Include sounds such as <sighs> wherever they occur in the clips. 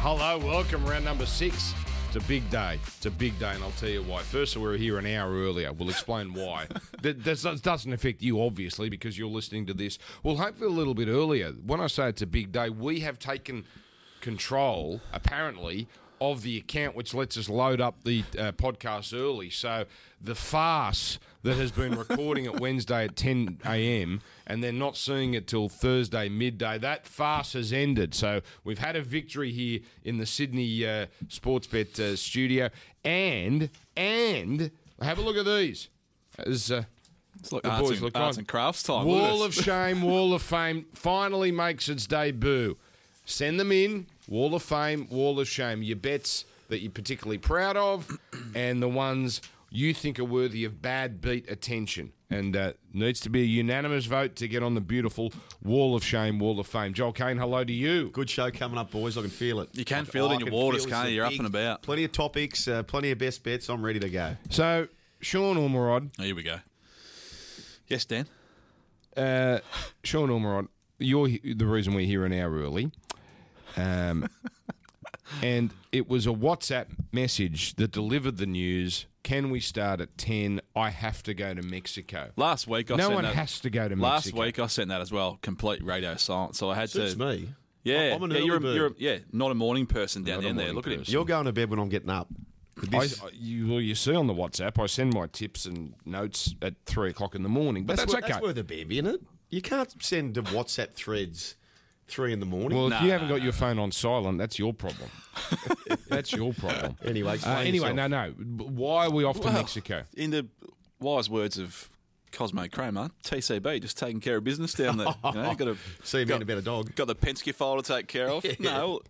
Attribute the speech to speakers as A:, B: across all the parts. A: Hello, welcome. Round number six. It's a big day. It's a big day, and I'll tell you why. First, we were here an hour earlier. We'll explain why. that, that's- that doesn't affect you, obviously, because you're listening to this. Well, hopefully, a little bit earlier. When I say it's a big day, we have taken control, apparently, of the account, which lets us load up the uh, podcast early. So the farce that has been recording at Wednesday at 10 a.m. and then not seeing it till Thursday midday, that farce has ended. So we've had a victory here in the Sydney uh, Sportsbet uh, studio. And, and, have a look at these. As, uh,
B: It's like
A: the
B: arts,
A: boys
B: and,
A: look
B: arts
A: on.
B: and crafts time.
A: Wall
B: Oh, look
A: of
B: at
A: Shame, Wall of Fame finally makes its debut. Send them in. Wall of Fame, Wall of Shame. Your bets that you're particularly proud of and the ones you think are worthy of bad beat attention. And uh, needs to be a unanimous vote to get on the beautiful Wall of Shame, Wall of Fame. Joel Kane, hello to you.
C: Good show coming up, boys. I can feel it.
B: You can
C: I-
B: feel it
C: I
B: in your
C: can
B: waters,
C: feel
B: can't
C: it's
B: you?
C: a
B: You're up
C: big-
B: and about.
C: Plenty of topics, uh, plenty of best bets. I'm ready to go.
A: So, Sean Ormerod,
B: Oh, here we go. Yes, Dan.
A: uh, Sean Ormerod, you're he- the reason we're here an hour early. <laughs> Um, and it was a WhatsApp message that delivered the news. Can we start at 10? I have to go to Mexico.
B: Last week I
A: No
B: sent
A: one
B: that,
A: has to go to
B: Last
A: Mexico.
B: week I sent that as well. Complete radio silence. So I had
C: Suits
B: to.
C: me.
B: Yeah,
C: I'm an
B: yeah,
C: early
B: you're, a-
C: bird.
B: you're a- yeah, not a morning person down,
A: Not a
B: down there.
A: morning
B: Look at him.
A: person.
C: You're going to bed when I'm getting up.
A: I,
C: This-
A: I- you, well, you see on the WhatsApp, I send my tips and notes at 3 o'clock in the morning, but that's,
C: wor-
A: okay.
C: That's worth a baby, isn't it? You can't send to WhatsApp threads three in the morning.
A: well, if
B: Nah,
A: you haven't
B: nah,
A: got your phone on silent, that's your <laughs> problem. that's your problem.
C: anyway,
A: Uh,
C: explain
A: anyway,
C: yourself.
A: no, no. B- Why are we off to
B: Well,
A: Mexico?
B: In the wise words of Cosmo Kramer, TCB, just taking care of business down there. You know,
C: <laughs>
B: got a,
C: See you
B: got,
C: man about a dog.
B: got the Penske file to take care of. No,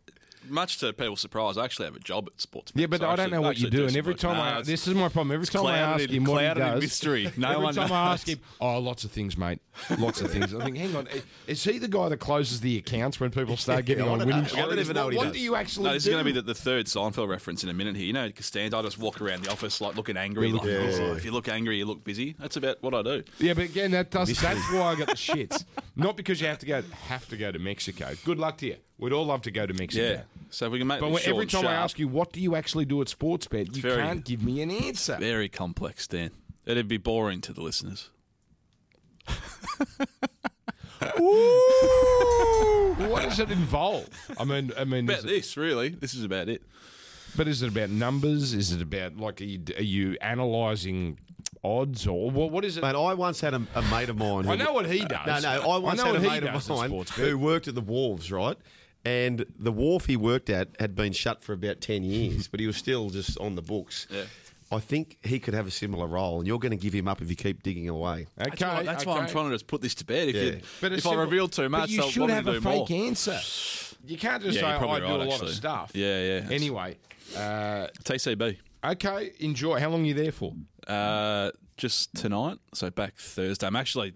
B: much to people's surprise, I actually have a job at sports.
A: Yeah, but
B: So
A: I don't
B: actually-
A: know what you
B: actually
A: do. And
B: some
A: every
B: work.
A: time
B: No,
A: I
B: it's-
A: this is my problem. Every time I
B: clouded
A: ask
B: in-
A: him what he
B: clouded in
A: does,
B: mystery. No
A: every
B: one
A: time I
B: knows.
A: ask him, oh, lots of things, mate. Lots of things. I think, hang on, i- is he the guy that closes the accounts when people start getting
C: I
A: on
C: don't
A: winning
C: know. I don't
A: streaks?
C: even know what he does.
A: do you actually
B: No, this
A: do?
B: is going to be the, the third Seinfeld reference in a minute here. You know, Costanza, I just walk around the office like looking angry. like,
C: looking
B: "Oh,
C: busy.
B: If you look angry, you look busy. That's about what I do.
A: yeah, but again, that does. That's why I got the shits. Not because you have to go have to go to Mexico. Good luck to you. We'd all love to go to Mexico.
B: Yeah. So if we can make
A: But
B: this
A: when-
B: short
A: every
B: and
A: time I
B: sharp,
A: ask you, what do you actually do at Sportsbet, you
B: very-
A: can't give me an answer.
B: Very complex, Dan. It'd be boring to the listeners.
A: what does it involve? I mean, I mean,
B: About
A: is it-
B: this, really. This is about it.
A: But is it about numbers? Is it about like are you, are you analysing odds or what? What is it?
C: Mate, I once had a, a mate of mine. Who,
A: I know what he does.
C: No, no. I once
A: I know
C: had a
A: what he
C: mate
A: does
C: of
A: at
C: mine
A: sports bet.
C: who worked at the wharves, right? And the wharf he worked at had been shut for about ten years, but he was still just on the books.
B: Yeah.
C: I think he could have a similar role, and you're going to give him up if you keep digging away.
A: Okay,
B: That's, why, that's why I'm
A: okay.
B: trying to just put this to bed. If,
C: Yeah.
B: you,
A: But
B: if
A: it's
B: I
A: simple-
B: reveal too
A: but
B: much,
A: you
B: they'll
A: should
B: want me
A: have
B: to
A: a
B: do
A: fake
B: more.
A: answer. You can't just
B: Yeah, you're
A: say "Oh, I
B: probably
A: do
B: right,
A: a lot
B: actually.
A: of stuff.
B: Yeah, yeah, that's-
A: Anyway, uh,
B: TCB.
A: okay. Enjoy. How long are you there for?
B: Uh, just tonight, so back Thursday. I'm actually,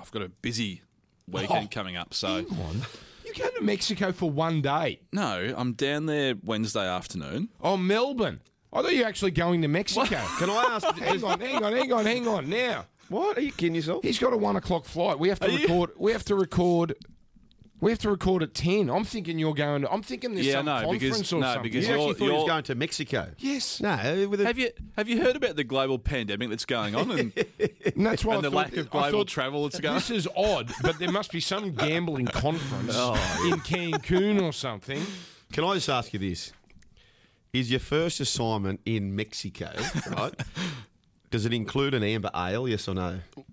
B: I've got a busy
A: Oh.
B: weekend coming up. So
A: You go to Mexico for one day.
B: no, I'm down there Wednesday afternoon.
A: Oh, Melbourne. I thought you were actually going to Mexico.
C: Can I ask?
A: <laughs> hang on, hang on, hang on, hang on. Now.
C: what are you kidding yourself?
A: He's got a one o'clock flight. We have to
B: you-
A: record. We have to record. We have to record at ten. I'm thinking you're going. To, I'm thinking there's
B: Yeah,
A: some
B: no, because-
A: conference or
B: no,
A: something.
B: because
C: You
B: you're-
C: actually thought he
B: you're-
C: was going to Mexico.
A: yes,
C: No, with a,
B: Have you have you heard about the global pandemic that's going on
A: <laughs>
B: and,
A: and that's why
B: and
A: I
B: the
A: thought-
B: lack of
A: I
B: global
A: thought,
B: travel that's going?
A: This is odd, but there must be some gambling conference
B: Oh,
A: in Cancun or something.
C: Can I just ask you this? Is your first assignment in Mexico, <laughs> right? Does it include an amber ale, yes or no?
B: <laughs>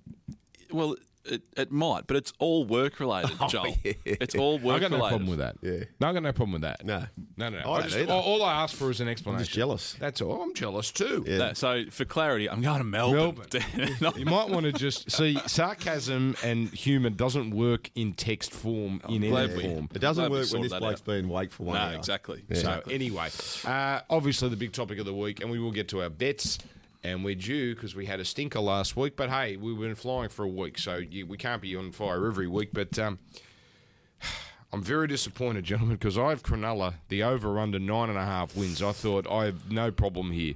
B: Well, it, it might, but it's all
A: <laughs>
B: work related, Joel. It's all work
A: Oh, I got no
B: related.
A: problem with that.
C: Yeah.
A: No, I got no problem with that.
C: No.
A: no, no. no. I
C: I don't
A: just,
C: either.
A: all, all I ask for is an explanation.
C: jealous.
A: That's all. I'm jealous too.
C: Yeah.
B: No, so for clarity, I'm going to Melbourne. <laughs> Not-
A: You might want to just see sarcasm and humour doesn't work in text form in
B: glad
A: any
B: we-
A: form.
B: Glad
C: It doesn't
B: we
C: work when
B: sorted
C: this
B: that
C: bloke's
B: out.
C: been awake for one
B: no,
C: hour.
B: exactly.
A: So
B: exactly.
A: anyway, uh, obviously the big topic of the week, and we will get to our bets, and we're due because we had a stinker last week. But hey, we've been flying for a week, so you, we can't be on fire every week. But um, <sighs> I'm very disappointed, gentlemen, because I have Cronulla the over under nine and a half wins. I thought I have no problem here.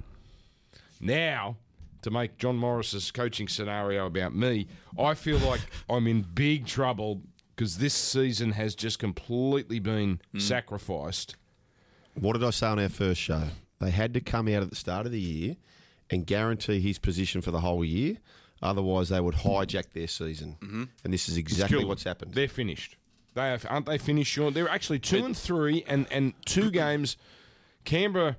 A: Now. To make John Morris's coaching scenario about me, I feel like I'm in big trouble because this season has just completely been sacrificed
C: What did I say on our first show? They had to come out at the start of the year and guarantee his position for the whole year. Otherwise, they would hijack their season. Mm-hmm. And this is exactly
A: Cool.
C: what's happened.
A: They're finished. They have, aren't they finished, Sean? They're actually two and three, and and
C: <coughs>
A: two games. Canberra,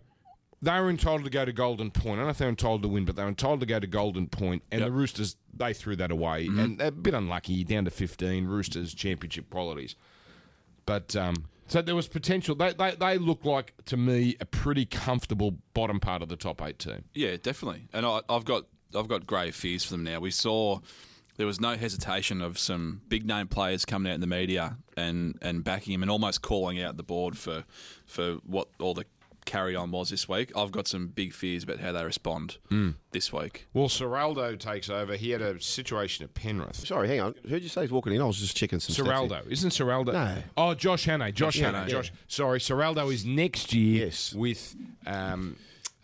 A: they were entitled to go to Golden Point. I don't know if they were entitled to win, but they were entitled to go to Golden Point, and the Roosters they threw that away,
C: Mm-hmm.
A: and a bit unlucky, down to fifteen. Roosters championship qualities, but um, so there was potential. They they they look like to me a pretty comfortable bottom part of the top eight team.
B: Yeah, definitely. And I, I've got I've got grave fears for them now. We saw there was no hesitation of some big name players coming out in the media and, and backing him and almost calling out the board for for what all the carry on was this week. I've got some big fears about how they respond
A: Mm.
B: this week.
A: Well, Seraldo takes over. He had a situation at Penrith.
C: Sorry, hang on. Who'd you say is walking in? I was just checking some stats here.
A: Seraldo. Isn't Seraldo?
C: No.
A: Oh, Josh Hannay. Josh
C: Yeah,
A: Hannay.
C: yeah.
A: Josh. Sorry, Seraldo is next year.
C: Yes.
A: With um,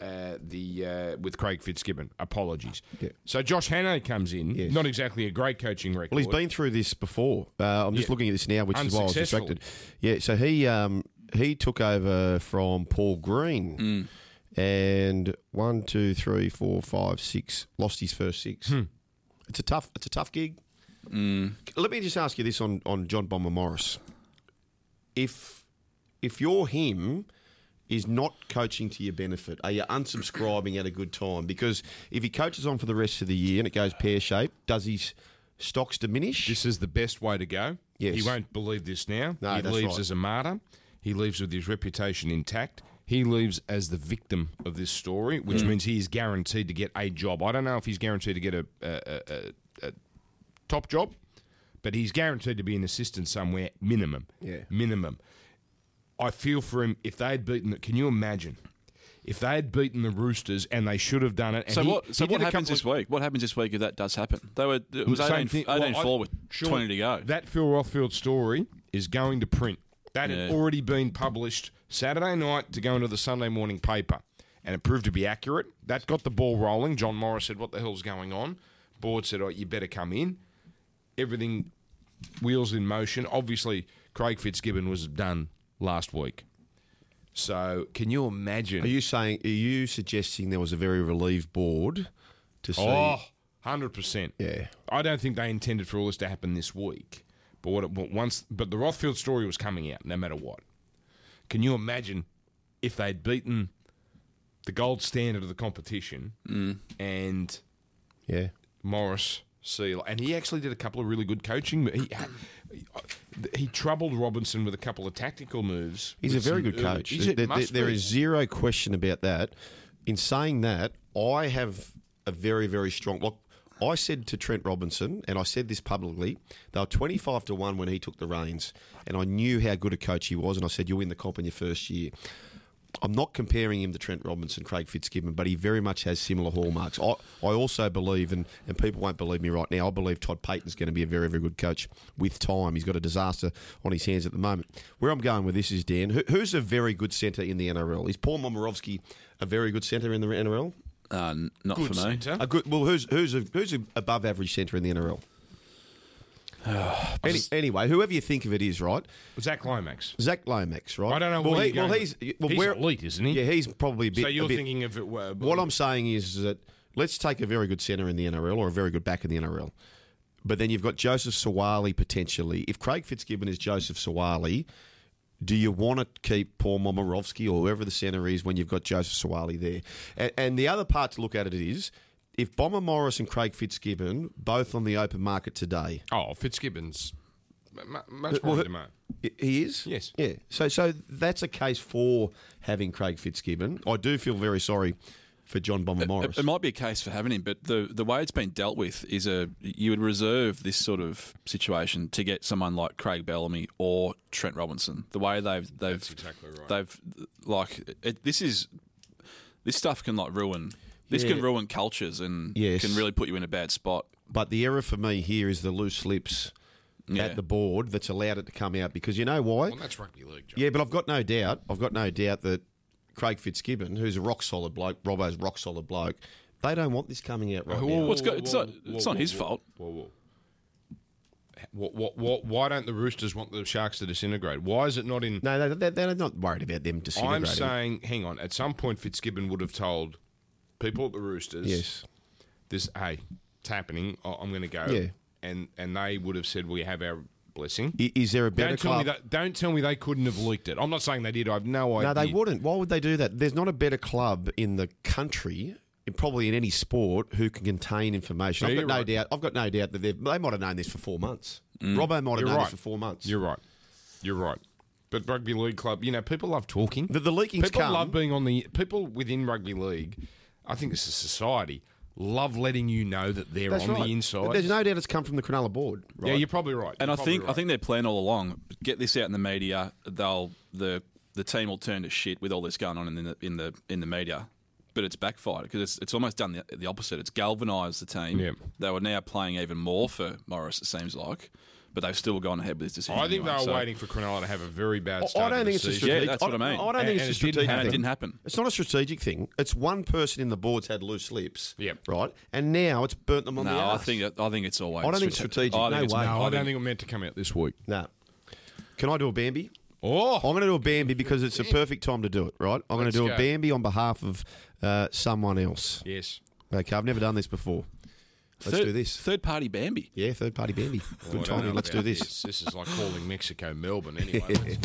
A: uh, the uh, with Craig Fitzgibbon. Apologies.
C: Yeah.
A: So Josh Hannay comes in.
C: Yes.
A: Not exactly a great coaching record.
C: Well, he's been through this before. Uh, I'm just
A: Yeah.
C: looking at this now, which is why I was
A: Unsuccessful.
C: distracted. Yeah, so he um, he took over from Paul Green,
A: Mm.
C: and one, two, three, four, five, six lost his first six.
A: Hmm.
C: It's a tough. It's a tough gig.
A: Mm.
C: Let me just ask you this on on John Bomber Morris. If if you're him, is not coaching to your benefit? Are you unsubscribing at a good time? Because if he coaches on for the rest of the year and it goes pear shaped, does his stocks diminish?
A: This is the best way to go.
C: Yes.
A: He won't believe this now.
C: No,
A: he
C: that's
A: leaves
C: right.
A: as a martyr. He leaves with his reputation intact. He leaves as the victim of this story, which means he is guaranteed to get a job. I don't know if he's guaranteed to get a, a, a, a, a top job, but he's guaranteed to be an assistant somewhere, minimum.
C: Yeah.
A: Minimum. I feel for him. If they had beaten, the, can you imagine? If they had beaten the Roosters and they should have done it. And
B: So
A: he-
B: what so
A: he
B: what
A: did a
B: happens
A: couple of-
B: this week? What happens this week if that does happen? They were it was
A: Same
B: 18,
A: thing.
B: 18
A: Well, I-
B: 4 with
A: Sean,
B: 20 to go.
A: That Phil Rothfield story is going to print. That had
B: Yeah.
A: already been published Saturday night to go into the Sunday morning paper. And it proved to be accurate. That got the ball rolling. John Morris said, What the hell's going on? Board said, Oh, you better come in. Everything wheels in motion. Obviously, Craig Fitzgibbon was done last week. So can you imagine?
C: Are you saying? Are you suggesting there was a very relieved board to see?
A: Oh, 100%.
C: Yeah.
A: I don't think they intended for all this to happen this week. But what it, but once but the Rothfield story was coming out no matter what. Can you imagine if they'd beaten the gold standard of the competition
C: Mm.
A: and
C: yeah.
A: Morris Seal and he actually did a couple of really good coaching he uh, he troubled Robinson with a couple of tactical moves.
C: He's a
A: with
C: very
A: some
C: good
A: early-
C: coach.
A: He's- uh,
C: There-
A: it
C: there-
A: must
C: there
A: be.
C: is zero question about that. In saying that, I have a very, very strong. Look, I said to Trent Robinson, and I said this publicly, they were 25 to 1 when he took the reins, and I knew how good a coach he was, and I said, You'll win the comp in your first year. I'm not comparing him to Trent Robinson, Craig Fitzgibbon, but he very much has similar hallmarks. I, I also believe, and, and people won't believe me right now, I believe Todd Payton's going to be a very, very good coach with time. He's got a disaster on his hands at the moment. Where I'm going with this is, Dan, who, who's a very good centre in the NRL? Is Paul Momorowski a very good centre in the NRL?
B: Uh, n- not
A: good
B: for me.
A: centre.
C: A good, well, who's who's a, who's a above average centre in the
A: <sighs>
C: NRL? Any, anyway, whoever you think of it is, right?
A: Zach Lomax.
C: Zach Lomax, right?
A: I don't know
C: Well,
A: where
C: he,
A: you're
C: well
A: going.
C: he's well,
A: He's
C: where-
A: elite, isn't he?
C: Yeah, he's probably a bit.
A: So
C: a
A: you're
C: bit-
A: thinking of it uh, were
C: what I'm saying is that let's take a very good centre in the NRL or a very good back in the NRL. But then you've got Joseph Sawali potentially. If Craig Fitzgibbon is Joseph Sawali, do you want to keep Paul Momorowski or whoever the centre is when you've got Joseph Sawali there? And, and the other part to look at it is if Bomber Morris and Craig Fitzgibbon both on the open market today,
A: Oh, Fitzgibbon's mu- much more
C: well,
A: in
C: who-
A: demand.
C: I- He is?
A: Yes.
C: Yeah. So so that's a case for having Craig Fitzgibbon. I do feel very sorry for John Bomber Morris.
B: It, it might be a case for having him, but the the way it's been dealt with is a you would reserve this sort of situation to get someone like Craig Bellamy or Trent Robinson. The way they've they've
A: exactly right.
B: they've like it, this is this stuff can like ruin this
C: Yeah.
B: can ruin cultures and
C: Yes.
B: can really put you in a bad spot.
C: But the error for me here is the loose lips
B: Yeah.
C: at the board that's allowed it to come out because you know why?
A: Well, that's rugby league, John.
C: Yeah, but I've got no doubt. I've got no doubt that Craig Fitzgibbon, who's a rock solid bloke, Robbo's rock solid bloke, they don't want this coming out right
A: Whoa,
C: now.
A: whoa,
B: It's got-
A: whoa,
B: it's not-
A: whoa,
B: it's
A: whoa,
B: not his
A: whoa,
B: fault.
A: Whoa, whoa. What, what, what, why don't the Roosters want the Sharks to disintegrate? Why is it not in?
C: No, they, they, they're not worried about them
A: I'm
C: disintegrating.
A: saying, hang on. At some point, Fitzgibbon would have told people at the Roosters,
C: yes.
A: this hey, it's happening. I- I'm going to go.
C: Yeah.
A: And and they would have said, we have our blessing.
C: I- Is there a better
A: Don't tell, me
C: club?
A: that, don't tell me they couldn't have leaked it. I'm not saying they did. I have no idea.
C: No, they wouldn't. Why would they do that? There's not a better club in the country, in- probably in any sport, who can contain information. I've
A: No,
C: got no
A: you're
C: doubt. I've got no doubt that they've- they might have known this for four months. Robbo might have
A: Mm. You're
C: known
A: right.
C: this for four months.
A: You're right. You're right. But rugby league club, you know, people love talking.
C: The- the leaking's
A: People
C: come.
A: love being on the. People within rugby league, I think it's a society, love letting you know that they're
C: That's
A: on
C: right.
A: the inside.
C: There's no doubt it's come from the Cronulla board. Right?
A: Yeah, you're probably right.
B: And
A: You're
B: I
A: probably
B: think I
A: right.
B: think their plan all along: get this out in the media. They'll the the team will turn to shit with all this going on in the in the in the media. But it's backfired because it's, it's almost done the, the opposite. It's galvanised the team.
A: Yeah.
B: They were now playing even more for Morris. It seems like, but they've still gone ahead with this decision.
A: I think
B: anyway,
A: they were
B: so-
A: waiting for Cronulla to have a very bad
C: I
A: start. to
C: don't think
A: the
C: it's a
A: season.
C: strategic.
B: Yeah, that's what I mean.
C: I don't
A: And
C: think it's a
A: it didn't
C: strategic.
A: happen.
B: And it
C: thing.
B: didn't happen.
C: It's not a strategic thing. It's one person in the board's had loose lips.
A: Yep.
C: Right, and now it's burnt them on the.
B: No, I
C: arse.
B: think I think it's always.
C: I don't think it's
B: strate-
C: strategic.
B: I think
C: No
B: it's-
C: way.
A: No, I
B: I
A: don't
B: think-
A: think it meant to come out this week.
C: No. Can I do a Bambi?
A: Oh,
C: I'm going to do a Bambi because it's the perfect time to do it, right? I'm going
A: Let's
C: to do a
A: go.
C: Bambi on behalf of uh, someone else.
A: yes.
C: Okay, I've never done this before. Let's
B: third,
C: do this.
B: Third party Bambi.
C: Yeah, third party Bambi.
A: Oh, I
C: Good
A: don't know
C: timing. Let's do
A: about
C: this.
A: This is like calling Mexico
C: <laughs>
A: Melbourne anyway. Let's-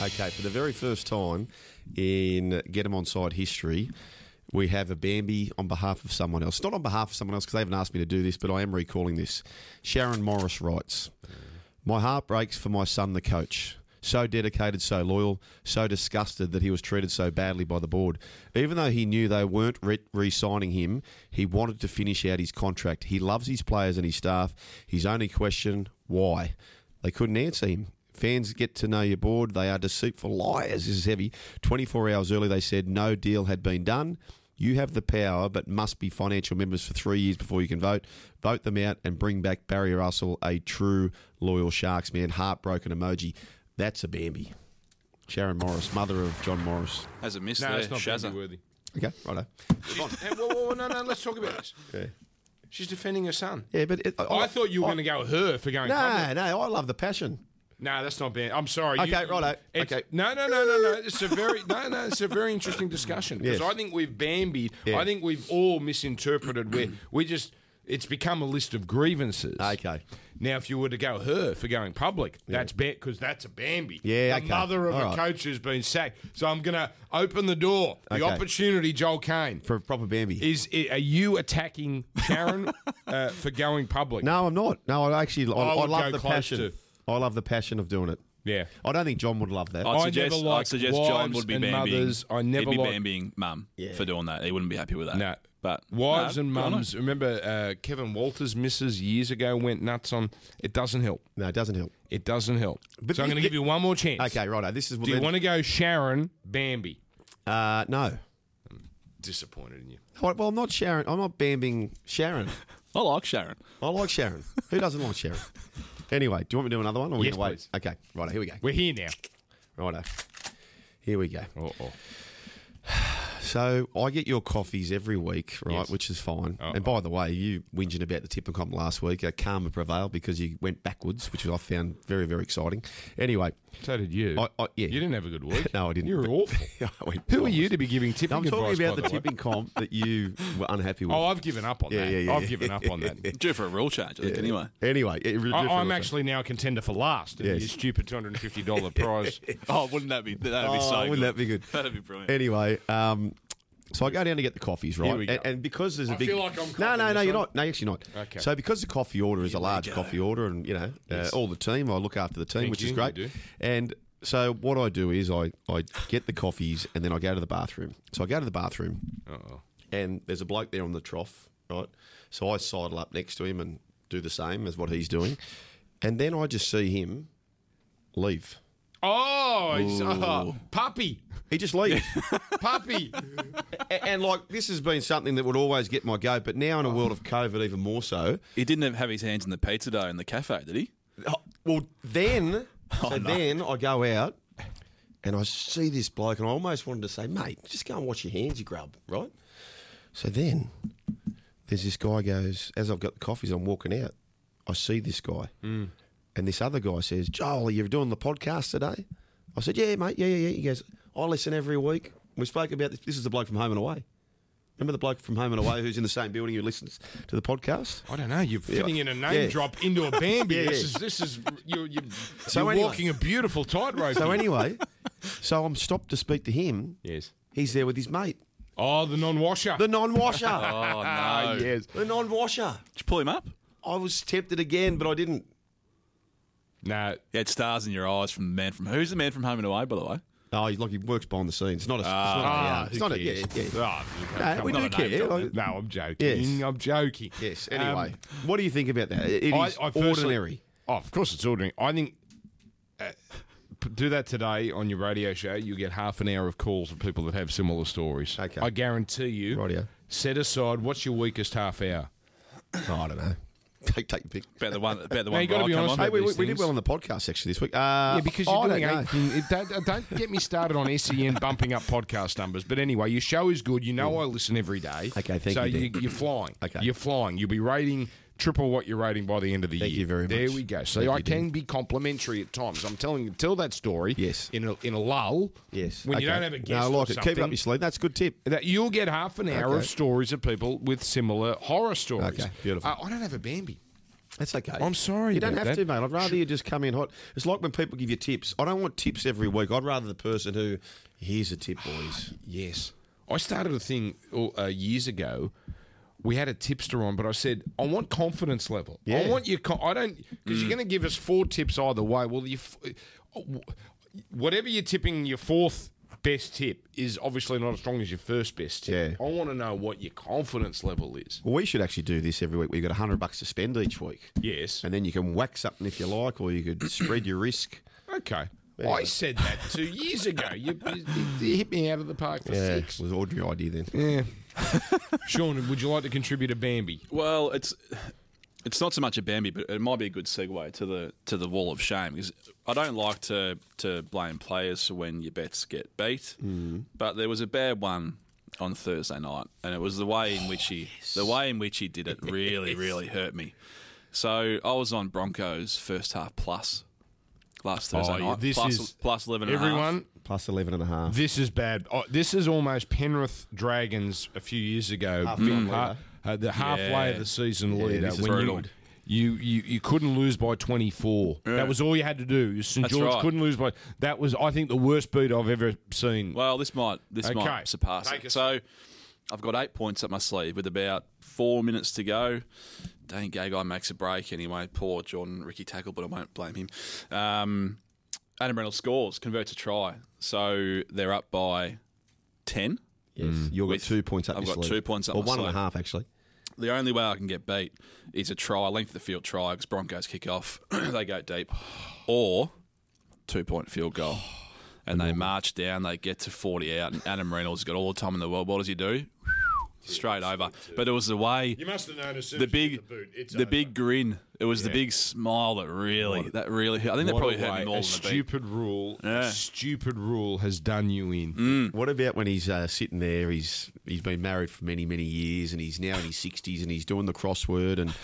C: Okay, for the very first time in Get 'em on Side history, we have a Bambi on behalf of someone else. Not on behalf of someone else because they haven't asked me to do this, but I am recalling this. Sharon Morris writes My heart breaks for my son, the coach. So dedicated, so loyal, so disgusted that he was treated so badly by the board. Even though he knew they weren't re- re-signing him, he wanted to finish out his contract. He loves his players and his staff. His only question, why? They couldn't answer him. Fans get to know your board. They are deceitful liars. This is heavy. 24 hours early, they said no deal had been done. You have the power, but must be financial members for three years before you can vote. Vote them out and bring back Barry Russell, a true loyal Sharks man. Heartbroken emoji. That's a Bambi. Sharon Morris, mother of John Morris.
B: Has a miss
A: no,
B: there.
A: it's not
B: Shazza.
A: Shazza. worthy.
C: Okay, righto.
A: She's- Hey, whoa, whoa, whoa, no, no, let's talk about this.
C: Yeah,
A: She's defending her son.
C: yeah but it, I,
A: I thought you were going to go her for going.
C: No,
A: public.
C: no, I love the passion.
A: no, that's not bad. I'm sorry.
C: Okay, righto.
A: it's-
C: Okay.
A: No, no, no, no, no. It's a very no, no. It's a very interesting discussion because
C: Yes.
A: I think we've bambied.
C: Yeah.
A: I think we've all misinterpreted. Where we just it's become a list of grievances.
C: Okay.
A: Now, if you were to go her for going public, that's bet because that's a Bambi.
C: Yeah,
A: the
C: okay.
A: mother of
C: All
A: a
C: right.
A: coach has been sacked. So I'm going to open the door. The
C: Okay.
A: opportunity, Joel Kane.
C: For a proper Bambi.
A: Is i- are you attacking
C: <laughs>
A: Karen uh, for going public?
C: No, I'm not. No, I actually, I,
A: I
C: I,
A: would go
C: love the
A: close
C: passion.
A: to.
C: I love the passion of doing it.
A: Yeah.
C: I don't think John would love that.
B: I'd
A: I
B: suggest,
A: never liked
B: I'd suggest John
A: wives
B: would be
A: and
B: bambying.
A: mothers. I never
B: He'd be
A: liked-
B: bambying mum
C: Yeah.
B: for doing that. He wouldn't be happy with that.
A: No.
B: But
A: Wives
B: No,
A: and
B: I don't know.
A: mums. Remember, uh, Kevin Walters' missus years ago went nuts on. It doesn't help.
C: No, it doesn't help.
A: It doesn't help.
C: But
A: so I'm
C: the-
A: going to give you one more chance.
C: Okay, righto. This is what
A: Do you want to go Sharon Bambi?
C: to? Uh, no.
A: Disappointed in you.
C: All right, Well, I'm not Sharon. I'm not bambing Sharon.
B: I like Sharon.
C: I like Sharon. Who doesn't like Sharon? Anyway, do you want me to do another one? Or we
A: Yes,
C: gonna wait?
A: please.
C: Okay, righto. Here we go.
A: We're here now.
C: Righto. Here we go.
A: Uh-oh.
C: So I get your coffees every week, right?
A: Yes.
C: Which is fine. And by the way, you whinging about the tip and comp last week, uh, karma prevailed because you went backwards, which I found very, very exciting. Anyway,
A: So did you.
C: I, I, yeah.
A: You didn't have a good week.
C: <laughs> No, I didn't.
A: You were
C: <laughs> But-
A: awful.
C: I went
A: Who are
C: backwards.
A: you to be giving
C: No,
A: tipping <laughs>
C: I'm talking
A: advice?
C: about
A: by
C: the
A: the way?
C: tipping comp that you were <laughs> unhappy with.
A: Oh, I've given up on
C: Yeah,
A: that.
C: yeah, yeah.
A: I've given up on that.
B: Due for a rule change, I think, anyway.
C: <laughs> Anyway,
A: I,
C: it-
A: I'm
C: different-
A: actually now a contender for last in
C: Yes.
A: your stupid two hundred and fifty dollar prize.
B: Oh, wouldn't that be that'd be
C: Oh,
B: so
C: wouldn't
B: good.
C: that be good?
B: <laughs> That'd be brilliant.
C: Anyway, um, so I go down to get the coffees, right?
A: Here we go.
C: And, and because there's a
A: I
C: big
A: feel like I'm
C: no,
A: copying
C: no, no,
A: this
C: you're
A: one.
C: not. No, actually not.
A: Okay.
C: So because the coffee order is a large
B: go.
C: coffee order, and you know, uh, all the team, I look after the team,
A: Thank
C: which
A: you,
C: is
A: you
C: great.
A: do.
C: And so what I do is I I get the coffees and then I go to the bathroom. So I go to the bathroom,
A: Uh-oh.
C: and there's a bloke there on the trough, right? So I sidle up next to him and do the same as what he's doing, and then I just see him leave.
A: Oh, he's, oh, puppy,
C: He just leaves.
A: puppy.
C: A- and like this has been something that would always get my goat, but now in a world of COVID, even more so.
B: He didn't have- have his hands in the pizza dough in the cafe, did
A: <laughs>
B: he?
C: Well, then, so then I go out and I see this bloke, and I almost wanted to say, "Mate, just go and wash your hands, you grub," right? So then, There's this guy goes, as I've got the coffees, I'm walking out. I see this guy. And this other guy says, Joel, you're doing the podcast today? I said, Yeah, mate. Yeah, yeah, yeah. He goes, I listen every week. We spoke about this. This is the bloke from Home and Away. Remember the bloke from Home and Away who's in the same building who listens to the podcast?
A: I don't know. You're fitting in a name
C: Yeah.
A: drop into
C: <laughs>
A: a Bambi.
C: Yeah,
A: This
C: yeah.
A: is this is you're, you're,
C: So
A: you're
C: anyway.
A: walking a beautiful tightrope.
C: So,
A: here.
C: anyway, so I'm stopped to speak to him.
A: yes.
C: He's there with his mate,
A: Oh, the non-washer. Ah,
C: the non washer. <laughs>
B: Oh no! <laughs> Did
A: yes.
C: The non washer.
B: you pull him up?
C: I was tempted again, but I didn't.
A: No.
B: You had stars in your eyes from the man from who's the man from Home and Away, by the way.
C: Oh, he's like he works behind the scenes. Not a.
A: Ah,
C: it's not a. Yeah,
A: who
C: it's not a, yeah,
A: cares?
C: yeah.
A: Ah, you can't
C: No,
A: come
C: we
A: up
C: do
A: with a name
C: care.
A: drop.
C: Like-
A: no, I'm joking.
C: Yes.
A: I'm joking.
C: Yes.
A: Um,
C: Anyway, what do you think about that? It is
A: firstly-
C: ordinary. <laughs>
A: Oh, of course, it's ordinary. I think uh, p- do that today on your radio show. You get half an hour of calls from people that have similar stories.
C: Okay.
A: I guarantee you.
C: Rightio.
A: Set aside what's your weakest half hour.
C: I don't know. Take take your pick.
B: About the one, about the
A: you
B: one.
A: gotta
B: where
A: be
B: I come
A: honest,
B: on
A: mate,
C: Hey,
B: with
C: we, we,
B: these
C: we did
B: things.
C: well on the podcast section this week. Uh,
A: Yeah, because you're
C: I
A: doing
C: don't know.
A: 18. It, don't, don't get me started on SEN bumping up podcast numbers. But anyway, your show is good. You know I listen every day.
C: Mm. Okay, thank
A: so
C: you,
A: you. you're flying.
C: Okay.
A: You're flying. You'll be rating triple what you're rating by the end of the
C: Thank
A: year.
C: you very
A: There
C: much.
A: we go. So
C: Thank
A: I
C: you,
A: can be complimentary at times. I'm telling you, tell that story
C: Yes.
A: in a, in a lull.
C: Yes.
A: When you
C: Okay.
A: don't have a
C: No, I
A: guest
C: like
A: or
C: it. Keep it up
A: something.
C: your sleeve. That's a good tip.
A: That you'll get half an hour
C: Okay.
A: of stories of people with similar horror stories.
C: Okay, beautiful.
A: Uh, I don't have a Bambi.
C: That's okay.
A: I'm sorry
C: You don't
A: about
C: have
A: that.
C: to, mate. I'd rather you just come in hot. It's like when people give you tips. I don't want tips every week. I'd rather the person who here's a tip, boys.
A: Yes. I started a thing uh, years ago. We had a tipster on, but I said I want confidence level. I
C: Yeah.
A: want your. co- I don't because you're going to give us four tips either way. Well, you, f- whatever you're tipping, your fourth best tip is obviously not as strong as your first best tip.
C: Yeah.
A: I want to know what your confidence level is.
C: Well, we should actually do this every week. We've got 100 bucks to spend each week.
A: Yes.
C: And then you can whack something if you like, or you could <coughs> spread your risk.
A: Okay. I said that two years ago. You, you, you hit me out of the park for
C: It
A: six.
C: was Audrey idea then.
A: Yeah. Sean, would you like to contribute a Bambi?
B: Well, it's it's not so much a Bambi, but it might be a good segue to the to the wall of shame because I don't like to to blame players for when your bets get beat,
A: Mm.
B: but there was a bad one on Thursday night, and it was the way in which he the way in which he did it
A: <laughs>
B: really really hurt me. So I was on Broncos first half plus last Thursday
A: Oh, yeah,
B: night.
A: this
B: plus,
A: is-
B: plus eleven. and a half.
A: Everyone,
C: Plus 11 and a half.
A: This is bad. Oh, this is almost Penrith Dragons a few years ago. being ha- uh, the halfway of
B: Yeah.
A: the season leader.
C: this
A: you,
C: is
B: brutal.
A: you, you, you couldn't lose by 24. That was all you had to do. St
B: That's
A: George
B: right.
A: couldn't lose by. That was, I think, the worst beat I've ever seen.
B: Well, this might this
A: Mm. Okay.
B: might surpass
A: Take
B: it.
A: us-
B: So I've got eight points up my sleeve with about four minutes to go. Dane Gagai makes a break anyway. Poor Jordan Ricky tackle, but I won't blame him. Um, Adam Reynolds scores, converts a try, so they're up by ten.
C: Yes. You've got
B: With-
C: two points up
B: I've
C: your
B: got
C: sleeve.
B: two points up
C: Or
B: my
C: one and a
B: sleeve.
C: half, actually.
B: The only way I can get beat is a try, length of the field try, because Broncos kick off, <clears throat> they go deep, or two point field goal. And they march down, they get to 40 out, and Adam Reynolds got all the time in the world. What does he do? Straight over. But it was the way,
A: must have noticed
B: the big, the big grin. It was the big smile that really, that really hurt. I think that probably hurt me more
A: a
B: than the beat.
A: stupid rule.
B: Yeah.
A: A stupid rule has done you in.
C: What about when he's uh, sitting there? He's he's been married for many many years, and he's now in his sixties, and he's doing the
B: <laughs>
C: crossword, and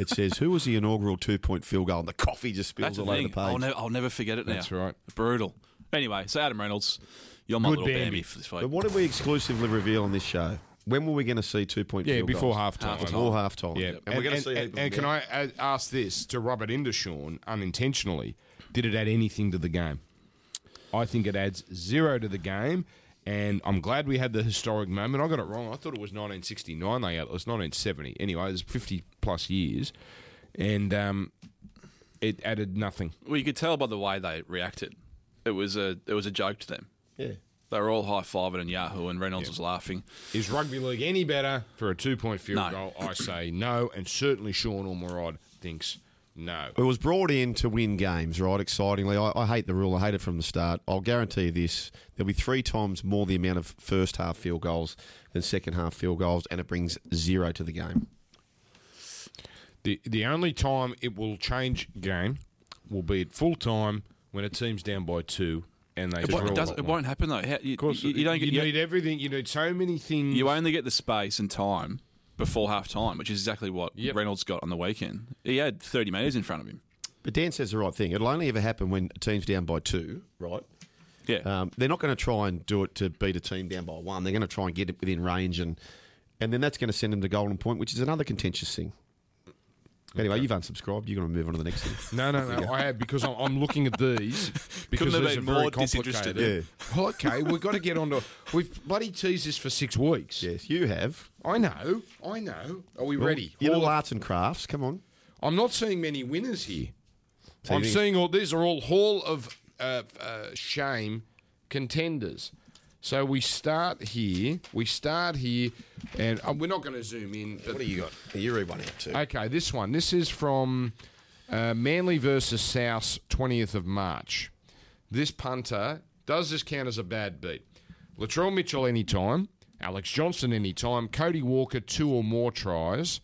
C: it says who was the inaugural two point field goal, and the coffee just
B: That's
C: spills
B: the
C: all over the
B: thing.
C: page.
B: I'll, ne- I'll never forget it now.
A: That's right.
B: Brutal. Anyway, so Adam Reynolds, you're my
A: Good
B: little
A: Bambi.
B: Bambi for this
C: But
B: week.
C: what did we exclusively reveal on this show? When were we going to see two point?
A: Yeah,
C: field
A: before
C: goals?
A: half time.
B: Half-time.
C: Before half time.
A: Yeah,
C: and, we're going to see.
A: And, and can I a- ask this to rub it into Sean unintentionally? Did it add anything to the game? I think it adds zero to the game, and I'm glad we had the historic moment. I got it wrong. I thought it was 1969. They had, it was 1970. Anyway, it was 50 plus years, and um, it added nothing.
B: Well, you could tell by the way they reacted. It was a it was a joke to them.
C: Yeah.
B: They were all high fiving and Yahoo, and Reynolds was laughing.
A: Is rugby league any better for a two point field
B: No.
A: goal? I say no, and certainly Sean Ormerod thinks no.
C: It was brought in to win games, right? Excitingly, I, I hate the rule. I hate it from the start. I'll guarantee you this: there'll be three times more the amount of first half field goals than second half field goals, and it brings zero to the game.
A: The the only time it will change game will be at full time when a team's down by two and they
B: It,
A: throw
B: won't, it,
A: a
B: doesn't,
A: lot
B: it
A: long.
B: won't happen though. How, you,
A: Of course,
B: you, you don't get you,
A: need everything. You need so many things.
B: you only get the space and time before half time, which is exactly what
A: Yep.
B: Reynolds got on the weekend. He had 30 metres in front of him.
C: But Dan says the right thing. It'll only ever happen when a team's down by two, right?
B: Yeah.
C: Um, they're not going to try and do it to beat a team down by one. They're going to try and get it within range, and and then that's going to send them to golden point, which is another contentious thing. Anyway, you've unsubscribed. You're going to move on to the next <laughs> thing.
A: No, no,
B: <laughs>
A: no. I have because I'm, I'm looking at these because
B: Couldn't have
A: these are
B: been
A: very
B: more disinterested.
A: complicated. <laughs> Well, okay, we've got to get on to. We've bloody teased this for six weeks.
C: yes, you have.
A: I know, I know. Are we ready?
C: Your
A: All
C: little
A: of-
C: arts and crafts. Come on.
A: I'm not seeing many winners here.
C: So
A: I'm
C: you think-
A: seeing all these are all Hall of uh, uh, Shame contenders. So we start here. We start here, and uh, we're not going to zoom in. But
C: you got? You read one out too.
A: Okay, this one. This is from uh, Manly versus South, 20th of March. This punter, does this count as a bad beat? Latrell Mitchell anytime, Alex Johnson anytime, Cody Walker two or more tries,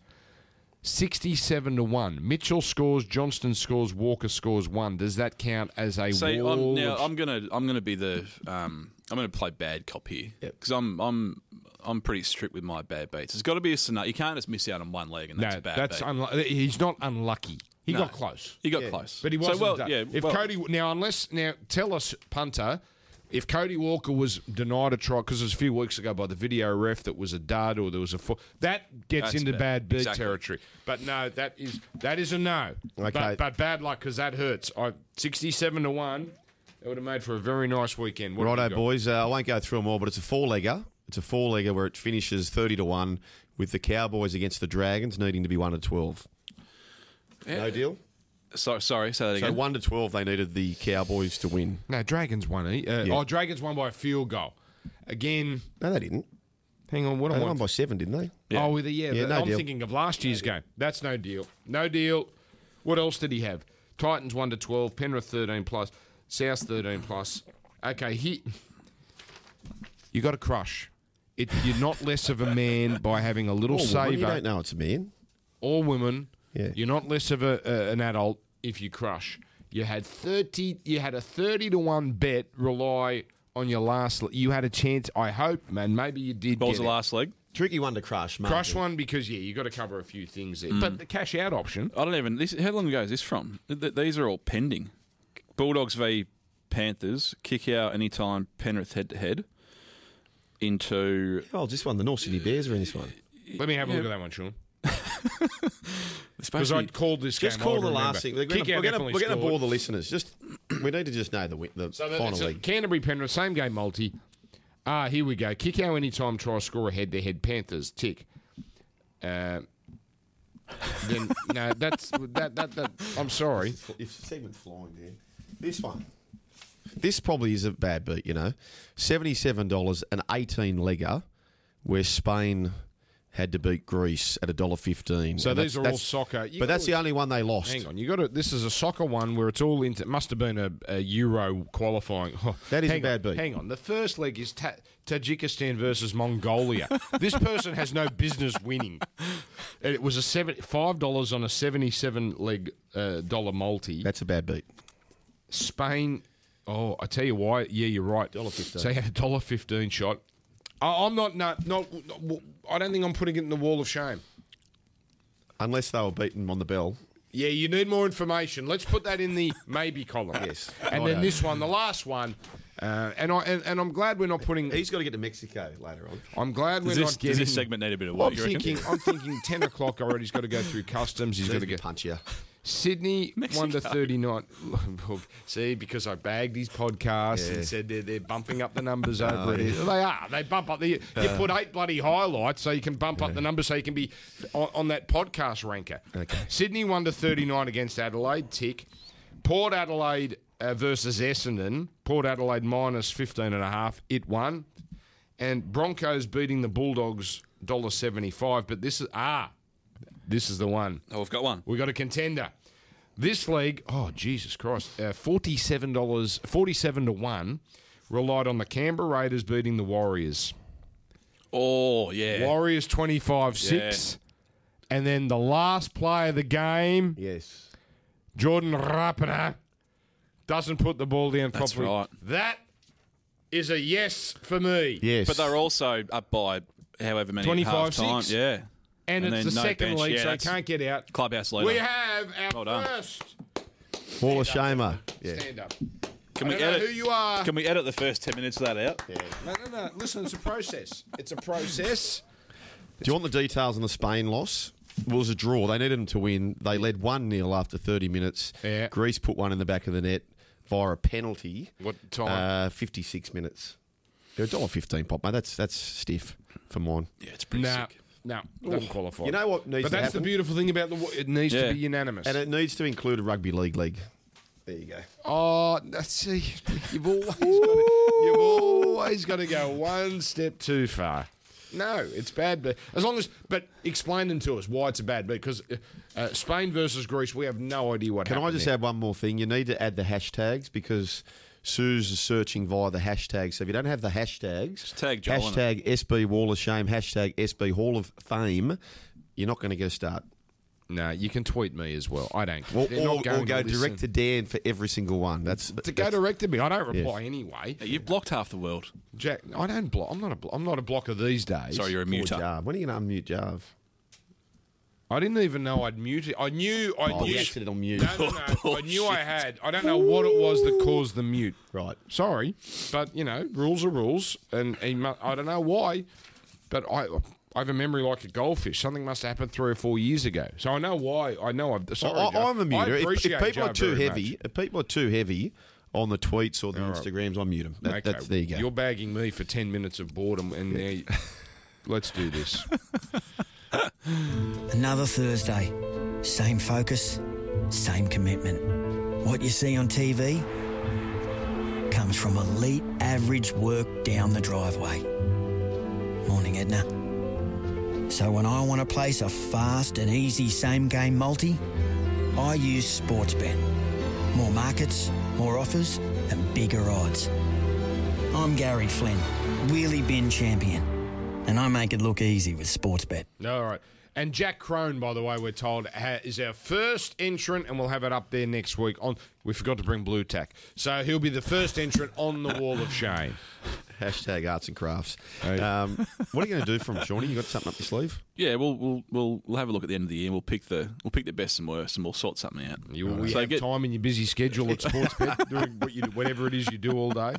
A: 67 to 1. Mitchell scores, Johnston scores, Walker scores one. Does that count as a
B: So
A: wall?
B: I'm, now
A: of-
B: I'm gonna I'm gonna be the um, I'm gonna play bad cop here
C: Yep.
B: because I'm I'm I'm pretty strict with my bad beats. It's got to be a scenario. You can't just miss out on one leg and that's
A: no,
B: a bad
A: that's
B: beat.
A: unlu- he's not unlucky. He got close.
B: you got close,
A: But he wasn't.
B: So, well,
A: done.
B: yeah.
A: If
B: well,
A: Cody now, unless now, tell us, punter, if Cody Walker was denied a try because it was a few weeks ago by the video ref that was a dud or there was a foot, that gets
B: That's
A: into
B: bad.
A: bad, beat
B: Exactly.
A: territory. But no, that is that is a no.
C: Okay.
A: But, but bad luck because that hurts. I sixty-seven to one. That would have made for a very nice weekend. What have
C: Righto,
A: you got?
C: boys. Uh, I won't go through them all, but it's a four-legger. It's a four-legger where it finishes thirty to one, with the Cowboys against the Dragons needing to be one to twelve. No deal.
B: so, sorry, say that
C: So
B: again.
C: one to twelve, they needed the Cowboys to win.
A: No, Dragons won. eh? Uh, Oh, Dragons won by a field goal. Again,
C: No, they didn't.
A: hang on. What
C: They
A: am I
C: won by seven, didn't they?
B: Yeah.
A: Oh, with the, yeah.
C: Yeah,
A: the-
C: no
A: I'm
C: deal.
A: thinking of last year's game. That's no deal. No deal. What else did he have? Titans 1 to 12, Penrith 13 plus, South 13 plus. Okay, he. <laughs> You got a crush. It, you're not less of a man by having a little
C: Or woman, Oh, You
A: saver
C: don't know it's a man.
A: or woman.
C: Yeah.
A: You're not less of a, a, an adult if you crush. You had 30 you had a 30 to 1 bet rely on your last you had a chance I hope man maybe you did
B: what was
A: get
B: the
A: it.
B: last leg?
C: Tricky one to crush, mate.
A: Crush one because yeah, you got to cover a few things
C: Mm.
A: there. But the cash out option,
B: I don't even. This, how long ago is this from? Th- th- these are all pending. Bulldogs v Panthers kick out anytime Penrith head to head into
C: Oh, this one. The North Sydney Bears are in this one.
A: let me have a look at that one, Sean,
B: it's
A: because I
B: basically-
A: called this
C: Just
A: game.
C: call
A: I'll
C: the
A: remember.
C: last thing. We're
A: Kick out definitely
C: going to
A: scored.
C: bore the listeners. Just we need to just know the win- the
A: So that-
C: final
A: it's a
C: league.
A: Canterbury Penrith, same game multi. Ah, here we go. Kick out anytime try score a head to head Panthers tick. Uh, then <laughs> no, that's that, that that. I'm sorry.
C: If segment's flying, there. This one. This probably is a bad beat. You know, seventy-seven dollars an eighteen legger, where Spain had to beat Greece at a dollar fifteen.
A: So
C: And
A: these
C: that's-
A: are all
C: that's-
A: soccer. You
C: But that's
A: gotta-
C: the only one they lost.
A: Hang on, you got to. This is a soccer one where it's all into. It must have been a, a Euro qualifying. <laughs>
C: That is a
A: hang
C: bad
A: on,
C: beat.
A: Hang on, the first leg is ta- Tajikistan versus
C: <laughs>
A: Mongolia. this person has no business winning. And It was a seven, five dollars on a seventy-seven leg uh, dollar multi.
C: That's a bad beat.
A: Spain. Oh, I tell you why. Yeah, you're right. Dollar
C: $1.15.
A: So you had a dollar fifteen shot. I- I'm not, not, not. I don't think I'm putting it in the wall of shame.
C: Unless they were beaten on the bell.
A: Yeah, you need more information. Let's put that in the maybe column.
C: Yes.
A: And
C: Righto.
A: then this one, the last one, uh, and I and, and I'm glad we're not putting.
C: He's got to get to Mexico later on.
A: I'm glad we're
B: Does this,
A: not getting.
B: does this segment need a bit of
A: I'm
B: work? you reckon?
A: thinking. I'm thinking. Ten o'clock already. He's got to go through customs. He's got to
C: He's
A: go.
C: going to punch you.
A: Sydney one to
B: Mexico.
A: thirty nine. <laughs> See, because I bagged his podcast and said they're, they're bumping up the numbers over it. They are. They bump up the. You put eight bloody highlights, so you can bump up the numbers, so you can be on, on that podcast ranker.
C: Okay.
A: Sydney one to thirty nine against Adelaide. Tick. Port Adelaide uh, versus Essendon. Port Adelaide minus 15 and a half. It won. And Broncos beating the Bulldogs $1.75. But this is. Ah, this is the one.
B: Oh, I've got one.
A: We got a contender. This league, oh Jesus Christ, uh, forty-seven dollars, forty-seven to one, relied on the Canberra Raiders beating the Warriors.
B: Oh yeah.
A: Warriors twenty-five six, and then the last play of the game,
C: Yes.
A: Jordan Rapana doesn't put the ball down
B: That's
A: properly.
B: right.
A: That is a yes for me.
C: Yes.
B: But they're also up by however many at
A: 25-6.
B: half time. Yeah.
A: and,
B: And
A: it's
B: then
A: the
B: no
A: second
B: bench.
A: league,
B: Yeah,
A: so they
B: that's-
A: can't get out.
B: Clubhouse leader.
A: We have our
B: Well done.
A: first
C: Hall of Shamer. Yeah.
A: stand up.
B: Can
A: I
B: we
A: don't know
B: edit?
A: who you are.
B: Can we edit the first ten minutes of that out?
A: No, no, no. Listen, it's a process. It's a process.
C: Do you want the details on the Spain loss? Well, it was a draw. They needed them to win. They led 1 0 after 30 minutes.
A: Yeah.
C: Greece put one in the back of the net via a penalty.
A: What time?
C: Uh, 56 minutes. They're $1.15 pop, mate. That's, that's stiff for mine.
B: Yeah, it's pretty
A: No,
B: sick.
A: no, doesn't qualify.
C: You know what needs
A: But
C: to
A: that's
C: happen?
A: the beautiful thing about the. wa- It needs
B: Yeah.
A: to be unanimous.
C: and it needs to include a rugby league league. There you go.
A: Oh, that's, see, you've always got to, you've always got to go one step too far. No, it's bad. But as long as, but explain them to us why it's a bad. Because uh, uh, Spain versus Greece, we have no idea what.
C: Can I
A: happened
C: just
A: there.
C: add one more thing? You need to add the hashtags because Sue's is searching via the hashtags. So if you don't have the hashtags,
B: tag Joel in it.
C: hashtag SB Wall of Shame, hashtag SB Hall of Fame, you're not going to get a start.
A: No, you can tweet me as well. I don't.
C: Or,
A: They're
C: or,
A: not
C: or
A: going
C: go
A: to listen.
C: direct to Dan for every single one. That's
A: to go direct to me. I don't reply anyway.
B: Yeah, You've blocked half the world.
A: Jack, I don't block. I'm not a. Blo- I'm not a blocker these days.
B: Sorry, you're a
C: Poor
B: muter.
C: Jarve. When are you going to unmute Jarve?
A: I didn't even know I'd mute it. I knew. I
C: Oh,
A: knew.
C: the accidental mute.
A: No, no, no. I knew I had. I don't know what it was that caused the mute.
C: <laughs> Right.
A: Sorry, but you know, rules are rules, and he mu- I don't know why, but I. I have a memory like a goldfish. Something must have happened three or four years ago, so I know why. I know. I've, sorry,
C: I,
A: Joe.
C: I'm a muter.
A: I
C: If- If,
A: appreciate
C: people
A: Joe
C: are too
A: very
C: heavy,
A: much.
C: if people are too heavy on the tweets or the Instagrams, I mute them. That,
A: Okay,
C: that's, there you go.
A: You're bagging me for ten minutes of boredom, and now you- let's do
C: <laughs>
A: this.
D: Another Thursday. Same focus, same commitment. What you see on TV comes from elite average work down the driveway. Morning, Edna. So when I want to place a fast and easy same game multi, I use Sportsbet. More markets, more offers, and bigger odds. I'm Gary Flynn, wheelie bin champion, and I make it look easy with Sportsbet.
A: All right. And Jack Crone, by the way, we're told ha- is our first entrant, and we'll have it up there next week. On we forgot to bring blue tack, so he'll be the first entrant on the wall of shame.
C: Hashtag arts and crafts. Um, what are you going to do from Shawnee? You got something up your sleeve?
B: Yeah, we'll we'll we'll we'll have a look at the end of the year. and We'll pick the we'll pick the best and worst, and we'll sort something out.
A: You will
B: So
A: have
B: get-
A: time in your busy schedule at
B: <laughs>
A: Sportsbet, doing what you, whatever it is you do all day.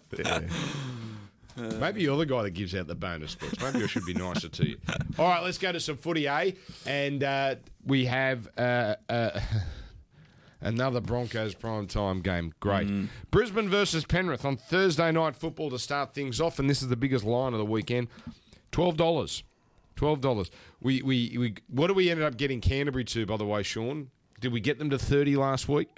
A: Maybe you're the guy that gives out the bonus bets. Maybe I should be nicer to you. All right, let's go to some footy, eh? And uh, we have uh, uh, <laughs> another Broncos prime time game. Great. Brisbane versus Penrith on Thursday night football to start things off, and this is the biggest line of the weekend. Twelve dollars. Twelve dollars. We, we we what do we ended up getting Canterbury to, by the way, Sean? Did we get them to thirty last week?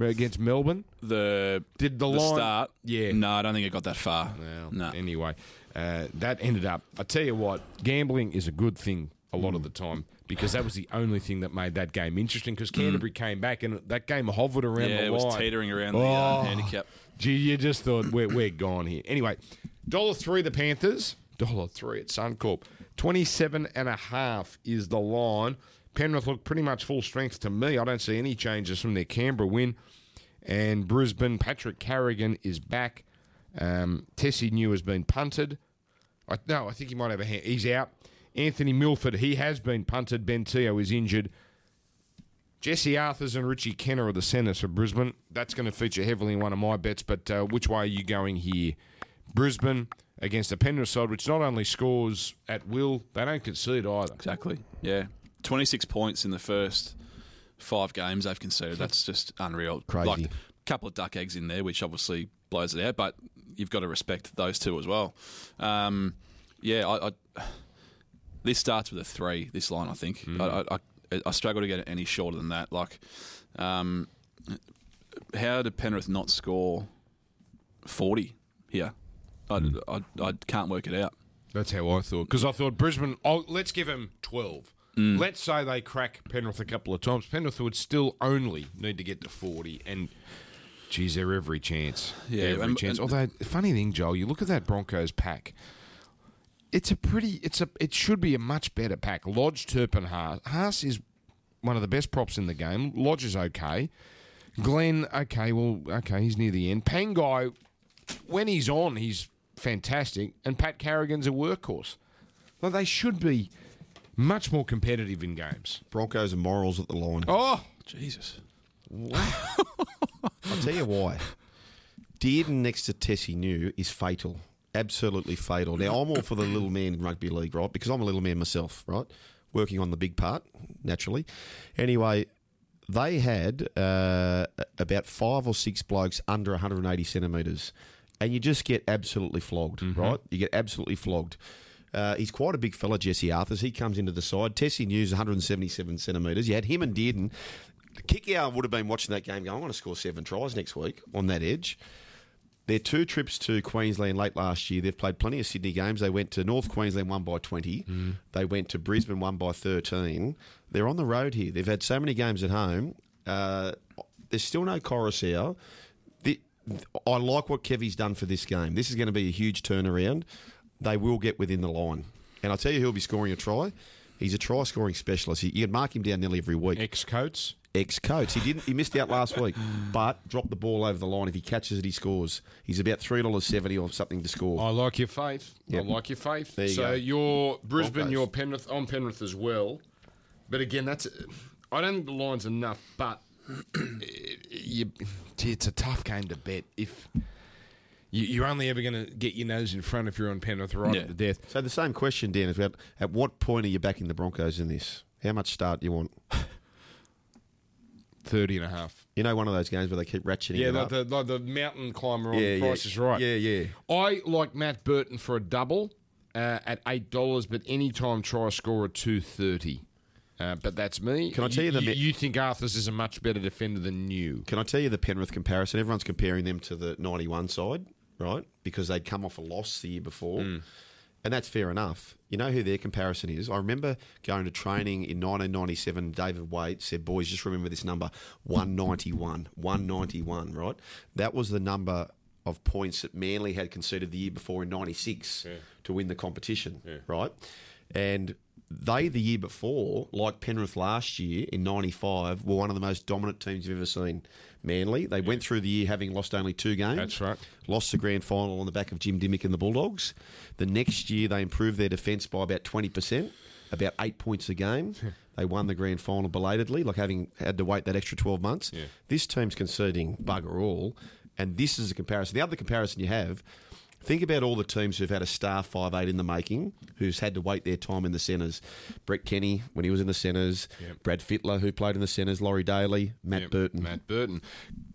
A: Against Melbourne?
B: the
A: Did the line-
B: start?
A: Yeah.
B: No, I don't think it got that far.
A: Well,
B: no.
A: Anyway, uh, that ended up. I tell you what, gambling is a good thing a lot of
B: Mm.
A: the time because that was the only thing that made that game interesting. Because Canterbury came back and that game hovered around
B: Mm. yeah,
A: the
B: it was
A: line.
B: teetering around the
A: Oh.
B: uh, handicap.
A: Gee, you just thought we're, we're gone here. Anyway, dollar three the Panthers. Dollar three at Suncorp. Twenty-seven and a half is the line. Penrith look pretty much full strength to me. I don't see any changes from their Canberra win. And Brisbane, Patrick Carrigan is back. Um, Tessie New has been punted. I, no, I think he might have a hand. He's out. Anthony Milford, he has been punted. Ben Teo is injured. Jesse Arthurs and Richie Kenner are the centres for Brisbane. That's going to feature heavily in one of my bets. But uh, which way are you going here? Brisbane against the Penrith side, which not only scores at will, they don't concede either.
B: Exactly. Yeah. 26 points in the first five games they've conceded. That's just unreal.
C: Crazy.
B: Like a couple of duck eggs in there, which obviously blows it out, but you've got to respect those two as well. Um, yeah, I, I, this starts with a three, this line, I think. I, I, I, I struggle to get it any shorter than that. Like, um, how did Penrith not score 40 here? I, I, I can't work it out.
A: That's how I thought. Because I thought Brisbane, oh, let's give them 12.
B: Mm.
A: Let's say they crack Penrith a couple of times. Penrith would still only need to get to 40. And, geez, they're every chance.
B: Yeah,
A: every
B: and-
A: chance.
B: and-
A: Although, funny thing, Joel, you look at that Broncos pack. It's a pretty, it's a, it should be a much better pack. Lodge, Turpin, Haas. Haas is one of the best props in the game. Lodge is okay. Glenn, okay, well, okay, he's near the end. Pangai, when he's on, he's fantastic. And Pat Carrigan's a workhorse. Well, they should be. much more competitive in games.
C: Broncos and morals at the line.
A: Oh,
B: Jesus.
C: I'll tell you why. Dearden next to Tessie New is fatal. Absolutely fatal. Now, I'm all for the little man in rugby league, right? Because I'm a little man myself, right? Working on the big part, naturally. Anyway, they had uh, about five or six blokes under 180 centimetres, and you just get absolutely flogged, right? You get absolutely flogged. Uh, he's quite a big fella, Jesse Arthurs. He comes into the side. Tessie News, 177 centimetres. You had him and Dearden. Kickout would have been watching that game going, I want to score seven tries next week on that edge. Their two trips to Queensland late last year, they've played plenty of Sydney games. They went to North Queensland one by 20. They went to Brisbane one by 13. They're on the road here. They've had so many games at home. Uh, there's still no Coruscant. The, I like what Kevy's done for this game. This is going to be a huge turnaround. They will get within the line. And I tell you, he'll be scoring a try. He's a try scoring specialist. You- You can mark him down nearly every week
A: ex coats.
C: ex coach. He didn't. He missed out last week, but dropped the ball over the line. If he catches it, he scores. He's about three dollars seventy or something to score.
A: I like your faith.
C: Yep.
A: I like your faith.
C: There you
A: so
C: go.
A: you're Brisbane,
C: Broncos.
A: you're Penrith. I'm Penrith as well. But again, that's I don't think the line's enough. But <clears throat> you, gee, it's a tough game to bet if you, you're only ever going to get your nose in front if you're on Penrith right
B: Yeah.
A: at the death.
C: So the same question, Dan, is about at what point are you backing the Broncos in this? How much start do you want?
A: 30 and a half.
C: You know, one of those games where they keep ratcheting
A: Yeah,
C: it
A: like
C: up.
A: the, like the mountain climber on Price is Right.
C: Yeah, yeah.
A: I like Matt Burton for a double uh, at eight dollars, but any time try scorer two thirty. Uh, but that's me.
C: Can I tell you the
A: You,
C: mi-
A: you think Arthur's is a much better defender than you?
C: Can I tell you the Penrith comparison? Everyone's comparing them to the 91 side, right? Because they'd come off a loss the year before. And that's fair enough. You know who their comparison is? I remember going to training in 1997. David Waite said, Boys, just remember this number 191. 191, right? That was the number of points that Manly had conceded the year before in 96 to win the competition, right? And they the year before, like Penrith last year in '95, were one of the most dominant teams you've ever seen. Manly, they went through the year having lost only two games.
A: That's right.
C: Lost the grand final on the back of Jim Dimmick and the Bulldogs. The next year, they improved their defence by about twenty percent, about eight points a game. they won the grand final belatedly, like having had to wait that extra twelve months. This team's conceding bugger all, and this is a comparison. The other comparison you have. Think about all the teams who've had a star five eight in the making, who's had to wait their time in the centres. Brett Kenny when he was in the centres, Brad Fittler who played in the centres, Laurie Daly, Matt Burton.
A: Matt Burton.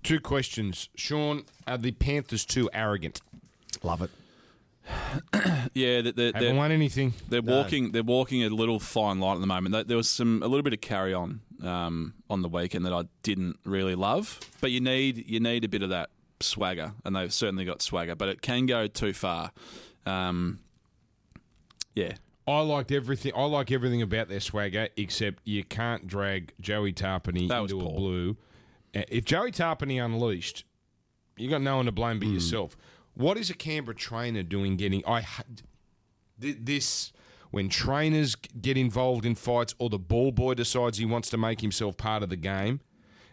A: Two questions, Sean. Are the Panthers too arrogant?
C: Love it.
B: Yeah, they- they-
A: Haven't
B: they're,
A: won anything.
B: they're walking. They're walking a little fine line at the moment. There- There was some a little bit of carry on um, on the weekend that I didn't really love, but you need you need a bit of that swagger, and they've certainly got swagger, but it can go too far. Um, yeah,
A: I liked everything. I like everything about their swagger, except you can't drag Joey Tarpany
B: That was
A: into a
B: poor.
A: blue. Uh, If Joey Tarpany unleashed, you got no one to blame but
B: Hmm.
A: yourself. What is a Canberra trainer doing? Getting I ha- th- this when trainers g- get involved in fights, or the ball boy decides he wants to make himself part of the game.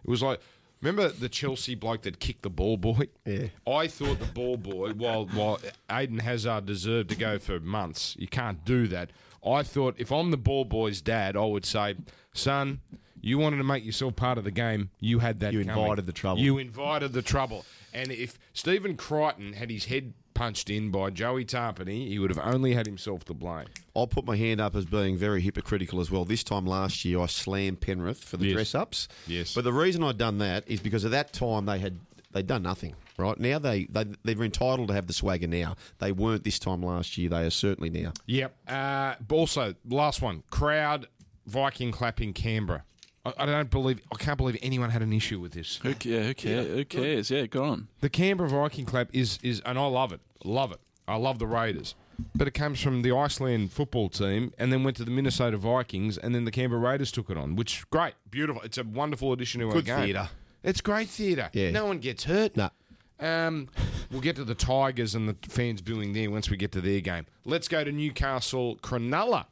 A: It was like. Remember the Chelsea bloke that kicked the ball boy? Yeah. I thought the ball boy, while while Aiden Hazard deserved to go for months, you can't do that. I thought if I'm the ball boy's dad, I would say, son, you wanted to make yourself part of the game. You had that.
C: You
A: coming.
C: invited the trouble."
A: You invited the trouble. And if Stephen Crichton had his head punched in by Joey Tarpany, he would have only had himself to blame.
C: I'll put my hand up as being very hypocritical as well. This time last year, I slammed Penrith for the
A: Yes.
C: dress ups.
A: Yes.
C: But the reason I'd done that is because at that time they had they'd done nothing. Right now they, they they're entitled to have the swagger. Now they weren't this time last year. They are certainly now.
A: Yep. Uh, but also, last one: crowd Viking clapping Canberra. I, I don't believe. I can't believe anyone had an issue with this.
B: who, ca- yeah, who, care, who cares? Yeah, go on.
A: The Canberra Viking clap is is, and I love it. Love it. I love the Raiders. But it comes from the Iceland football team, and then went to the Minnesota Vikings, and then the Canberra Raiders took it on, which great, beautiful. It's a wonderful addition to our
C: Good
A: game.
C: theatre.
A: It's great theatre.
C: Yeah.
A: No one gets hurt.
C: No.
A: Um, we'll get to the Tigers and the fans booing there once we get to their game. Let's go to Newcastle Cronulla.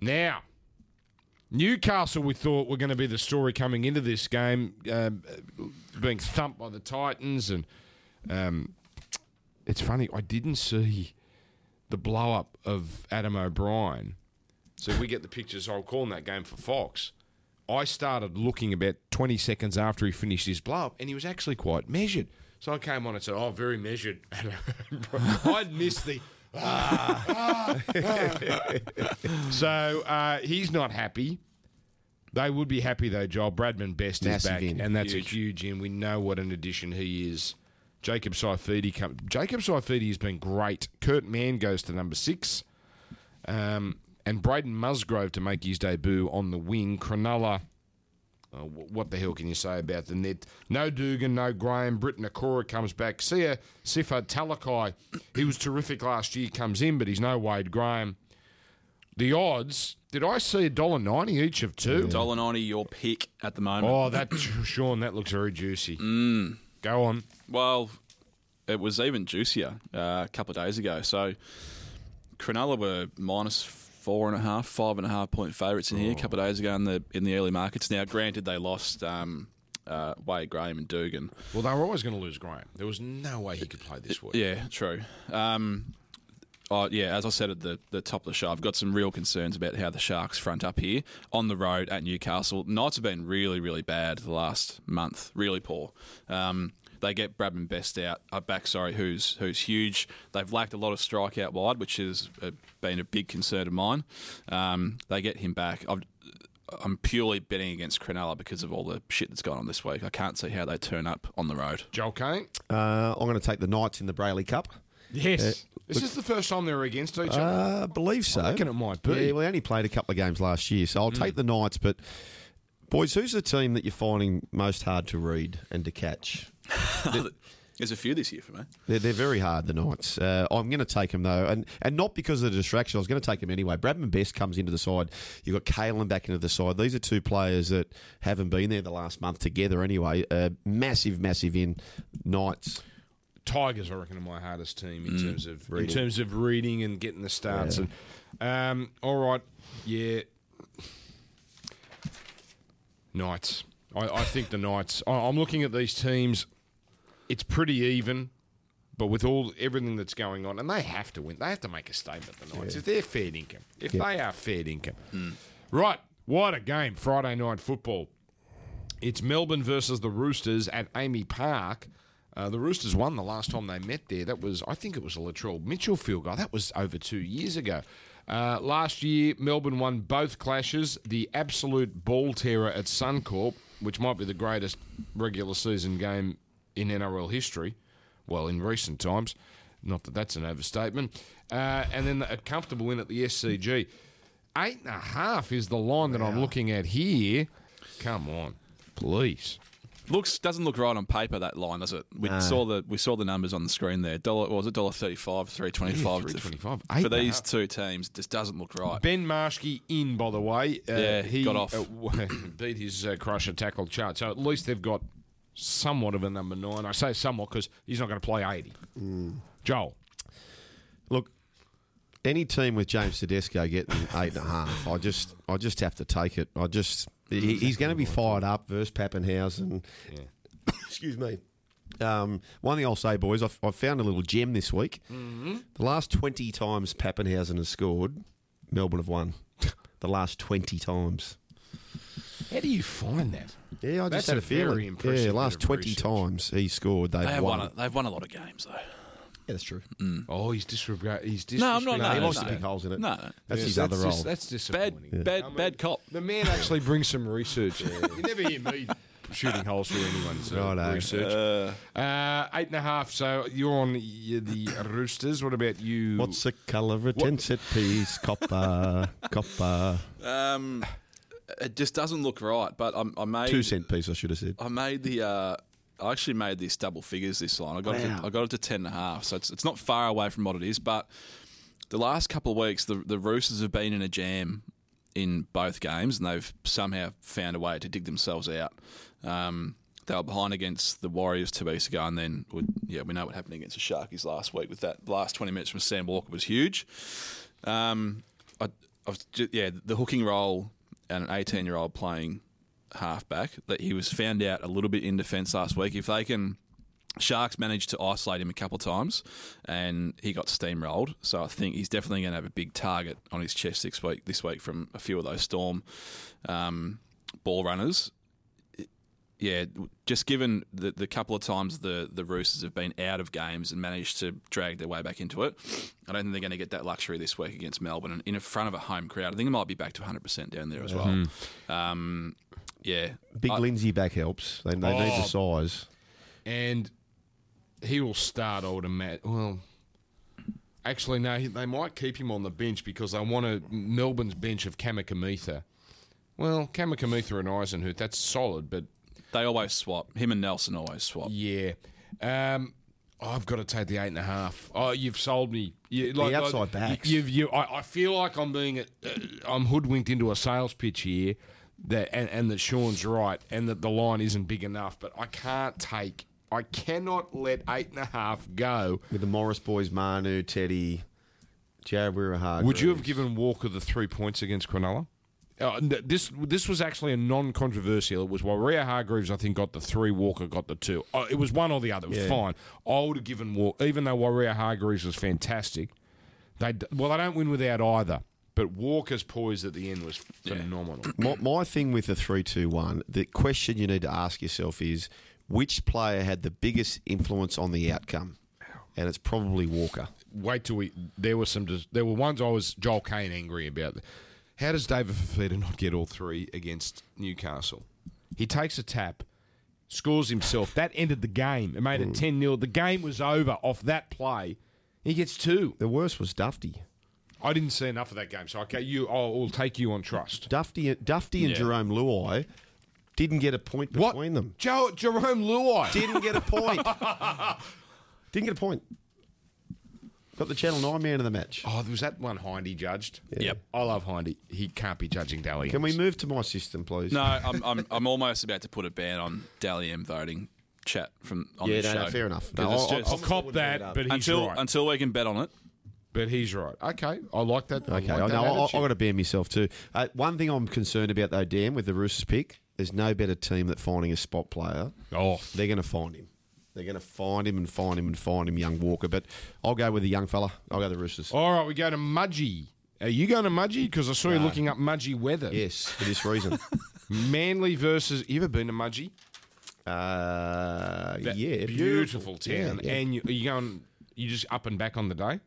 A: Now, Newcastle, we thought were going to be the story coming into this game, um, being thumped by the Titans, and um, it's funny I didn't see the blow up of Adam O'Brien So we get the pictures. I'm calling that game for Fox. I started looking about 20 seconds after he finished his blow up, and he was actually quite measured. So I came on and said, "Oh, very measured." <laughs> And I'd missed the. "Ah, ah, ah." so uh, he's not happy. They would be happy though, Joel. Bradman Best is
C: Massive
A: back,
C: in.
A: and that's a huge in. We know what an addition he is. Jacob Saifidi come. Jacob Saifidi has been great. Kurt Mann goes to number six. Um, and Braden Musgrove to make his debut on the wing. Cronulla, uh, wh- what the hell can you say about the net? No Dugan, no Graham. Britton Akora comes back. Sia Sifad Talakai, he was terrific last year, comes in, but he's no Wade Graham. The odds, did I see $1.90 each of two?
B: Dollar ninety, your pick at the moment.
A: Oh, that, Sean, that looks very juicy. Go on.
B: Well, it was even juicier uh, a couple of days ago. So Cronulla were minus four and a half, five and a half point favourites in here a couple of days ago in the in the early markets. Now, granted, they lost um, uh, Wade Graham and Dugan.
A: Well, they were always going to lose Graham. There was no way he could play this week.
B: Yeah, true. Um, oh, yeah, as I said at the, the top of the show, I've got some real concerns about how the Sharks front up here on the road at Newcastle. Knights have been really, really bad the last month, really poor. Um, they get Bradman Best out uh, back, sorry, who's who's huge. They've lacked a lot of strike out wide, which has uh, been a big concern of mine. Um, they get him back. I've, I'm purely betting against Cronulla because of all the shit that's gone on this week. I can't see how they turn up on the road.
A: Joel Kane?
C: Uh, I'm going to take the Knights in the Brayley Cup.
A: Yes. this is the first time they were against each other.
C: Uh, I believe so.
A: I reckon it might be. Hmm.
C: Yeah, well, they only played a couple of games last year, so I'll take the Knights. But boys, who's the team that you're finding most hard to read and to catch?
B: There's a few this year for me.
C: They're, they're very hard, the Knights. Uh, I'm going to take them, though, and, and not because of the distraction. I was going to take them anyway. Bradman Best comes into the side. You've got Kalen back into the side. These are two players that haven't been there the last month together anyway. Uh, massive, massive in Knights.
A: Tigers, I reckon, are my hardest team in terms of in terms of reading and getting the starts. And um, all right, yeah, Knights. I, I think the Knights. I, I'm looking at these teams. It's pretty even, but with all everything that's going on, and they have to win. They have to make a statement. The Knights, if they're fair income, if they are fair income, right? What a game! Friday night football. It's Melbourne versus the Roosters at Amy Park. Uh, the Roosters won the last time they met there. That was, I think it was a Latrell Mitchell field goal. That was over two years ago. Uh, last year, Melbourne won both clashes. The absolute ball terror at Suncorp, which might be the greatest regular season game in NRL history, well, in recent times. Not that that's an overstatement. Uh, and then a comfortable win at the SCG. Eight and a half is the line that I'm looking at here. Come on, please.
B: Looks doesn't look right on paper that line, does it? We saw the we saw the numbers on the screen there. Dollar what was it dollar thirty five, three twenty five.
A: Yeah, 325.
B: For
A: Eight and a
B: these
A: half.
B: two teams, it just doesn't look right.
A: Ben Marshke in, by the way. Uh,
B: Yeah,
A: he
B: got off.
A: uh, <coughs> w- beat his uh, crusher tackle chart. So at least they've got somewhat of a number nine. I say somewhat because he's not going to play 80. Mm. Joel.
C: Look, any team with James Tedesco getting eight and a half, I just, I just have to take it. I just, he, he's going to be fired up versus Pappenhausen. <coughs> Excuse me. Um, one thing I'll say, boys, I've, I've found a little gem this week. The last twenty times Pappenhausen has scored, Melbourne have won. <laughs> the last twenty times.
A: How do you find that?
C: Yeah, I
A: That's
C: just had
A: a
C: a, feeling.
A: very impressive
C: yeah,
A: bit
C: last
A: of
C: twenty
A: research.
C: times he scored, they've
B: They have
C: won.
B: won. A, they've won a lot of games though.
C: Yeah, that's true.
A: Oh, he's disregard. He's disregard.
B: No, I'm not.
C: he
B: No,
C: likes
B: no.
C: to pick holes in it.
B: No, no.
C: that's his other
A: that's
C: role.
A: dis- that's
B: Bad,
A: disappointing.
B: bad, bad cop.
A: The man actually brings some research. you never hear me shooting holes through anyone's uh,
C: Righto.
A: research. Uh, eight and a half. So you're on the, the Roosters. What about you?
C: What's the colour of a ten cent
A: <laughs>
C: piece? Copper, copper.
B: Um, it just doesn't look right. But I'm, I made
C: Two cent piece, I should have said.
B: I made the. Uh, I actually made this double figures this line. I got it. To, I got it to ten and a half. So it's, it's not far away from what it is. But the last couple of weeks, the the Roosters have been in a jam in both games, and they've somehow found a way to dig themselves out. Um, they were behind against the Warriors two weeks ago, and then we- yeah, we know what happened against the Sharkies last week. With that last twenty minutes from Sam Walker was huge. Um, I, I was ju- yeah, the hooking role and an 18 year old playing halfback that he was found out a little bit in defence last week. If they can Sharks managed to isolate him a couple of times, and he got steamrolled. So I think he's definitely going to have a big target on his chest this week. This week from a few of those storm um, ball runners. It- Yeah, just given the, the couple of times the the Roosters have been out of games and managed to drag their way back into it, I don't think they're going to get that luxury this week against Melbourne and in front of a home crowd. I think it might be back to 100 percent down there as well.
C: Mm-hmm.
B: Um, yeah,
C: Big
B: I-
C: Lindsay back helps. They, they need the
A: Oh.
C: size.
A: and he will start. I would imagine. Well, actually, no. he- They might keep him on the bench because they want to Melbourne's bench of Kamikamitha. Well, Kamikamitha and Eisenhuth, that's solid, but
B: they always swap. Him and Nelson always swap.
A: yeah. Um, I've got to take the eight and a half. Oh, you've sold me. You, like,
C: outside
A: like,
C: backs.
A: You've, you, I, I feel like I'm being, uh, I'm hoodwinked into a sales pitch here, that and, and that Sean's right, and that the line isn't big enough. But I can't take, I cannot let eight and a half go.
C: With the Morris boys, Manu, Teddy, Jared Wirahar.
A: Would you have given Walker the three points against Cronulla? Uh, n- this this was actually a non-controversial. It was while Rio Hargreaves I think got the three, Walker got the two. Uh, it was one or the other. It was fine. I would have given Walker, even though Warrior Hargreaves was fantastic. They d- well, they don't win without either. But Walker's poise at the end was phenomenal.
C: My, my thing with the three-two-one, the question you need to ask yourself is which player had the biggest influence on the outcome? And it's probably Walker.
A: Wait till we. There were some. dis- There were ones I was Joel Kane angry about. How does David Fafita not get all three against Newcastle? He takes a tap, scores himself. That ended the game. It made it
C: Mm.
A: ten 0 The game was over off that play. He gets two.
C: The worst was Dufty.
A: I didn't see enough of that game, so okay, you. I'll, I'll take you on trust.
C: Dufty, Dufty and
B: Yeah.
C: Jerome Luai didn't get a point
A: What?
C: between them.
A: Jo- Jerome Luai.
C: Didn't get a point. didn't get a point. Got the Channel 9 man of the match.
A: oh, was that one Hindy judged?
B: Yep.
A: I love Hindy. He can't be judging Daly.
C: Can we move to my system, please?
B: No, I'm, I'm, I'm almost about to put a ban on Dally M voting chat from on
C: Yeah,
B: the
C: no,
B: show.
C: no, fair enough.
B: 'Cause
C: No,
B: it's
C: I'll-
B: just-
A: I'll cop that, but he's
B: until
A: right.
B: until we can bet on it.
A: but he's right. Okay, I like that.
C: Okay,
A: I
C: I
A: like
C: know.
A: that
C: I, I
A: attitude.
C: got to ban myself too. Uh, one thing I'm concerned about though, Dan, with the Roosters pick, there's no better team that finding a spot player.
A: Oh,
C: They're going to find him. They're going to find him and find him and find him, young Walker. But I'll go with the young fella. I'll go the Roosters.
A: All right, we go to Mudgy. Are you going to Mudgy? Because I saw you looking up Mudgy weather.
C: Yes, for
A: <laughs>
C: this reason.
A: Manly versus. You ever been to Mudgy?
C: uh, yeah,
A: Beautiful town.
C: Yeah, yeah.
A: And you, are you going. You just up and back on the day?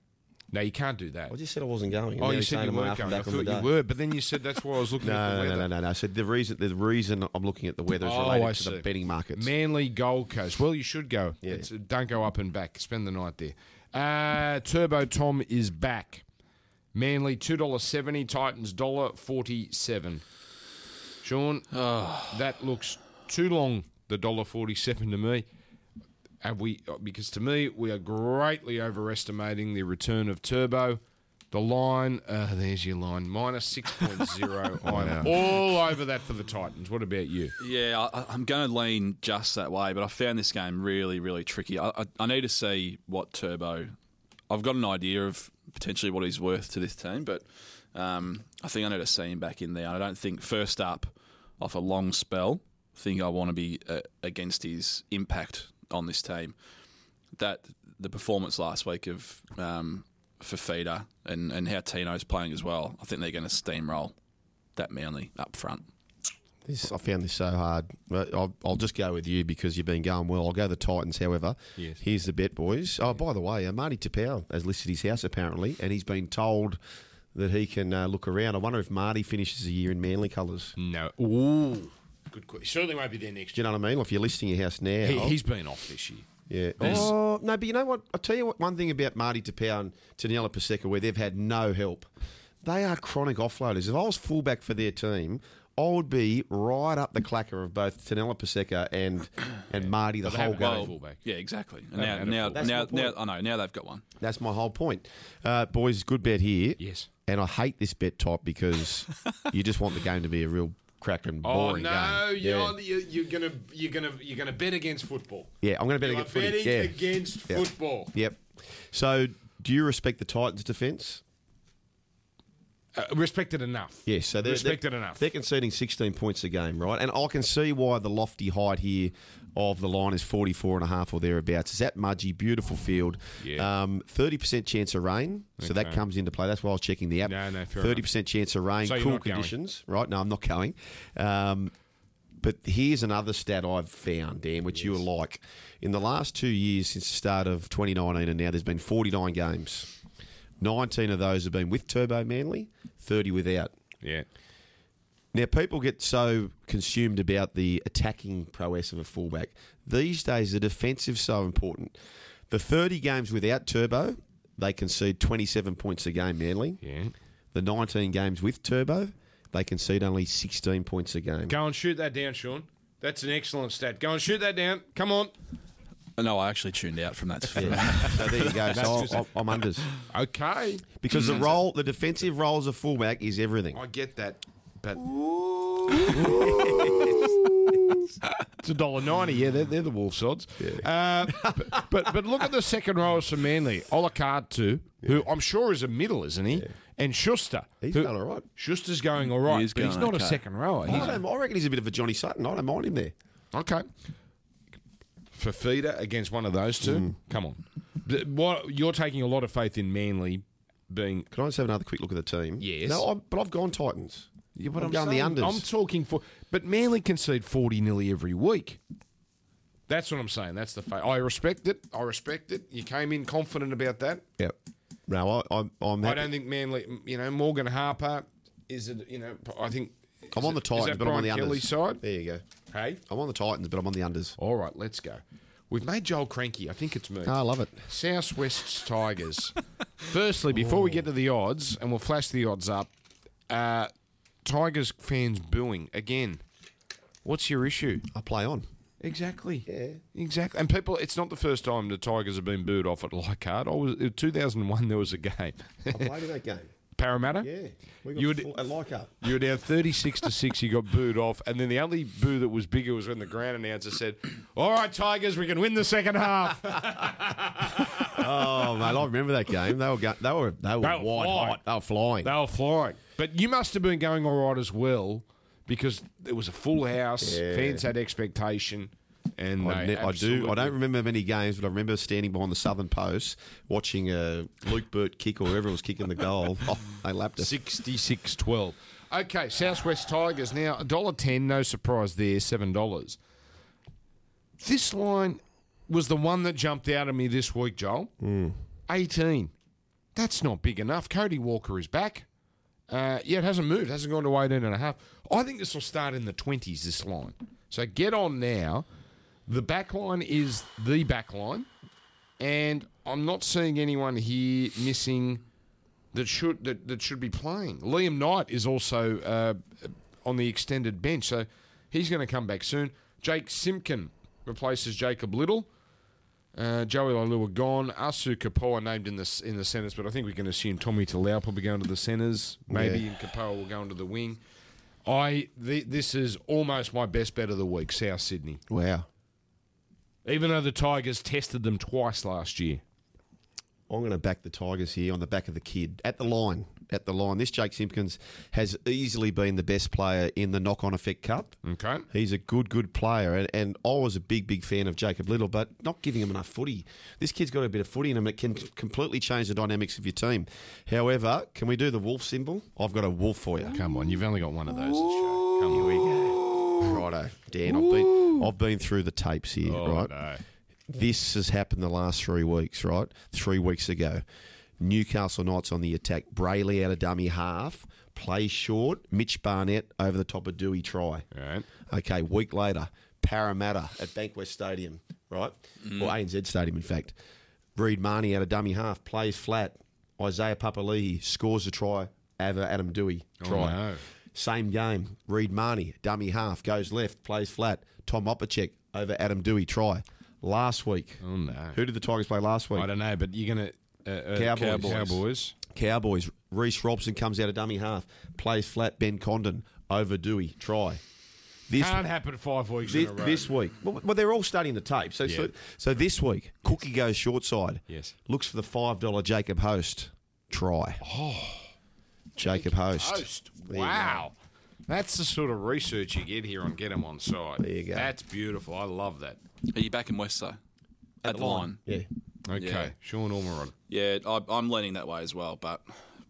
A: No, you can't do that.
C: I just said I wasn't going. and
A: Oh,
C: now
A: you
C: he's
A: said
C: saying
A: you
C: I'm
A: were
C: up and
A: going. I
C: back on the
A: thought you
C: day.
A: were, but then you said that's why I was looking at the
C: <laughs> No,
A: weather.
C: no, no, no, no. So the reason the reason I'm looking at the weather is
A: Oh,
C: related
A: I
C: to
A: see.
C: the betting markets.
A: Manly Gold Coast. Well, you should go.
C: Yeah.
A: It's- don't go up and back. Spend the night there. Uh, Turbo Tom is back. Manly two dollar seventy. Titans dollar forty seven. Sean, that looks too long. The dollar forty seven to me. Have we? uh, Because to me, we are greatly overestimating the return of Turbo. The line, uh, there's your line, minus 6.0. I'm all over that for the Titans. What about you?
B: Yeah, I, I'm going to lean just that way, but I found this game really, really tricky. I, I, I need to see what Turbo. I've got an idea of potentially what he's worth to this team, but um, I think I need to see him back in there. I don't think first up off a long spell. I think I want to be uh, against his impact on this team. That the performance last week of um, Fafita and and how Tino's playing as well. I think they're going to steamroll that Manly up front.
C: This, I found this so hard. But I'll, I'll just go with you because you've been going well. I'll go the Titans, however.
A: Yes.
C: Here's the bet, boys. Oh, by the way, uh, Marty Tapau has listed his house apparently, and he's been told that he can uh, look around. I wonder if Marty finishes the year in manly colours.
A: No. Ooh. Good question. Certainly won't be there next Oh.
C: Do you know what I mean? Like if you're listing your house now,
A: He, he's been off this year.
C: yeah. Oh no, but you know what? I'll tell you what. One thing about Marty Tapau and Taniela Paseka, where they've had no help, they are chronic offloaders. If I was fullback for their team. I would be right up the clacker of both Tanella Paseka
A: <coughs>
C: and and Marty the
A: But they
C: whole
A: haven't got
C: game.
A: a fullback.
B: Yeah, exactly. And
A: They
B: now,
A: haven't had a
B: now,
A: fullback.
B: now,
C: That's my
B: now,
C: point.
B: I know. Now they've got one.
C: That's my whole point. Uh, boys, good bet here.
A: Yes.
C: And I hate this bet type
A: <laughs>
C: because you just want the game to be a real cracking boring
A: Oh, no!
C: game.
A: You're,
C: yeah.
A: you're, you're gonna you're gonna you're gonna bet against football.
C: yeah, I'm going to bet
A: You are
C: against footy.
A: betting
C: yeah.
A: against
C: Yeah.
A: football.
C: Yep. So, do you respect the Titans' defence?
A: Uh, respected enough.
C: Yes. So they're,
A: respected
C: they're-
A: enough.
C: They're conceding 16 points a game, right? And I can see why the lofty height here of the line is 44 and a half or thereabouts. It's at Mudgee, beautiful field.
A: Yeah.
C: Um, 30% chance of rain, so that
A: Okay.
C: comes into play. That's why I was checking the app.
A: No, no, fair
C: 30% chance of rain,
A: So you're
C: cool
A: not going.
C: conditions, right? No, I'm not going. Um, but here's another stat I've found, Dan, which you will like. In the last two years since the start of 2019 and now, there's been 49 games. 19 of those have been with Turbo Manly, 30 without.
A: Yeah.
C: Now, people get so consumed about the attacking prowess of a fullback. These days, the defensive's so important. The 30 games without Turbo, they concede 27 points a game, Manly.
A: Yeah.
C: The 19 games with Turbo, they concede only 16 points a game.
A: Go and shoot that down, Sean. That's an excellent stat. Go and shoot that down. Come on.
B: No, I actually tuned out from that.
C: Yeah. <laughs> so there you go. So
A: just-
C: I'm,
A: <laughs>
C: I'm unders.
A: Okay.
C: Because the role, the defensive role as a fullback is everything.
A: I get that. But it's a dollar ninety. Yeah, they're, they're the wolf sods. <laughs> Uh, but, but but look at the second row for Manly. Olacard too, who I'm sure is a middle, isn't he? And Schuster.
C: <laughs> He's
A: who-
C: done all right.
A: Schuster's going all right,
B: He is
A: but he's
B: going
A: not a
B: okay.
A: second rower.
C: I,
A: He's,
C: don't, I reckon he's a bit of a Johnny Sutton. I don't mind him there.
A: okay. For feeder against one of those two,
C: Mm.
A: come on. Th- What you're taking a lot of faith in Manly being
C: Can I just have another quick look at the team?
A: Yes.
C: No, I'm, but I've gone Titans.
A: Yeah, but
C: I'm
A: I'm,
C: going
A: saying-
C: the unders.
A: I'm talking for, but Manly concede forty nearly every week. That's what I'm saying. That's the fa I respect it. I respect it. You came in confident about that.
C: Yep. No, I, I'm, I'm
A: I
C: happy.
A: don't think Manly. You know, Morgan Harper is it. You know, I think
C: I'm
A: is
C: on the
A: it- is that
C: Titans, but I'm on the
A: Brian
C: unders.
A: Kelly's side.
C: There you go.
A: Hey,
C: I'm on the Titans, but I'm on the unders.
A: all right, let's go. We've made Joel cranky. I think it's me.
C: Oh, I love it.
A: Southwest's Tigers. <laughs> Firstly, before we get to the odds, and we'll flash the odds up, uh, Tigers fans booing again. What's your issue?
C: I play <laughs> on.
A: Exactly. Yeah. Exactly. And people, it's not the first time the Tigers have been booed off at Leichhardt. I was in 2001. There was a game, <laughs>
C: I played in that game.
A: Parramatta. You would-
C: full, Leichhardt.
A: You were down 36 to 6. You got booed off. And then the only boo that was bigger was when the ground announcer said, All right, Tigers, we can win the second
C: <laughs>
A: half.
C: Oh, mate, I remember that game. They were go- they were they were
A: They were
C: wide
A: flying.
C: hot. They were flying.
A: they were flying. But you must have been going all right as well because it was a full house.
C: Yeah.
A: Fans had expectation. And
C: I,
A: they
C: ne- I do. I
A: absolutely-
C: don't remember many games, but I remember standing behind the southern post watching uh, Luke Burt kick or whoever was kicking the goal. <laughs> Oh, they lapped us.
A: 66 12. Okay, Southwest Tigers now $1.10, no surprise there, $7. This line was the one that jumped out at me this week, Joel. 18. That's not big enough. Cody Walker is back. Uh, yeah, it hasn't moved, hasn't gone to 18 and a half. I think this will start in the 20s, this line. So get on now. The back line is the back line. And I'm not seeing anyone here missing that should that, that should be playing. Liam Knight is also uh, on the extended bench, so he's going to come back soon. Jake Simpkin replaces Jacob Little. Uh, Joey Lalua gone. Asu Kapoa named in the s- in the centres, but I think we can assume Tommy Talau probably going to the centres. Maybe and Kapoa will go into the wing. I th- this is almost my best bet of the week, South Sydney.
C: Wow.
A: Even though the Tigers tested them twice last year.
C: I'm going to back the Tigers here on the back of the kid at the line. At the line, this Jake Simpkins has easily been the best player in the knock-on effect cup.
A: Okay.
C: He's a good, good player, and, and I was a big, big fan of Jacob Little, but not giving him enough footy. This kid's got a bit of footy in him. It can completely change the dynamics of your team. However, can we do the wolf symbol? I've got a wolf for you.
A: Come on, you've only got one of those. This show. Come on, we go.
C: Righto, Dan. I've been, I've been through the tapes here,
A: Oh,
C: right? This has happened the last three weeks, right? Three weeks ago. Newcastle Knights on the attack. Brayley out of dummy half. Play short. Mitch Barnett over the top of Dewey try.
A: All right.
C: Okay, week later, Parramatta at Bankwest Stadium, right? Or ANZ Stadium, in fact. Reed Marnie out of dummy half, plays flat. Isaiah Papali'i scores a try over Adam Dewey. Try.
A: Oh, no.
C: Same game. Reed Marnie, dummy half, goes left, plays flat. Tom Opacek over Adam Dewey. Try. Last week.
A: Oh no.
C: Who did the Tigers play last week?
A: I don't know, but you're gonna uh, uh,
C: Cowboys.
A: Cowboys. Cowboys.
C: Cowboys. Reese Robson comes out of dummy half, plays flat. Ben Condon over Dewey. Try. This
A: Can't happen five weeks
C: this,
A: in a row.
C: this week. Well, well, they're all studying the tape. So, so, so this week, Cookie goes short side.
A: Yes.
C: Looks for the five dollar Jacob Host try. Oh, Jacob Host.
A: Toast.
C: There you go.
A: Wow. That's the sort of research you get here on Get 'em on side. There
C: you go.
A: That's beautiful. I love that.
B: Are you back in West though? At, the line.
C: Yeah.
A: Okay,
B: Yeah.
A: Sean Ormerod.
B: Yeah, I, I'm leaning that way as well, but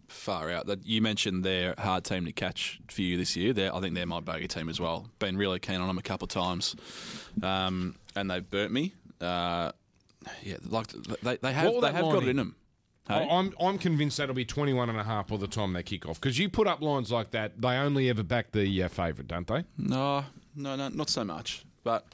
B: far out. That you mentioned they're a hard team to catch for you this year. They're, I think they're my bogey team as well. Been really keen on them a couple of times, um, and they've burnt me. Uh, yeah, like they, they have
A: What will
B: they
A: that
B: have
A: line
B: got it
A: be?
B: in them.
A: I- I'm I'm convinced that'll be 21 and a half by the time they kick off because you put up lines like that. They only ever back the uh, favourite, don't they?
B: No, no, no, not so much. But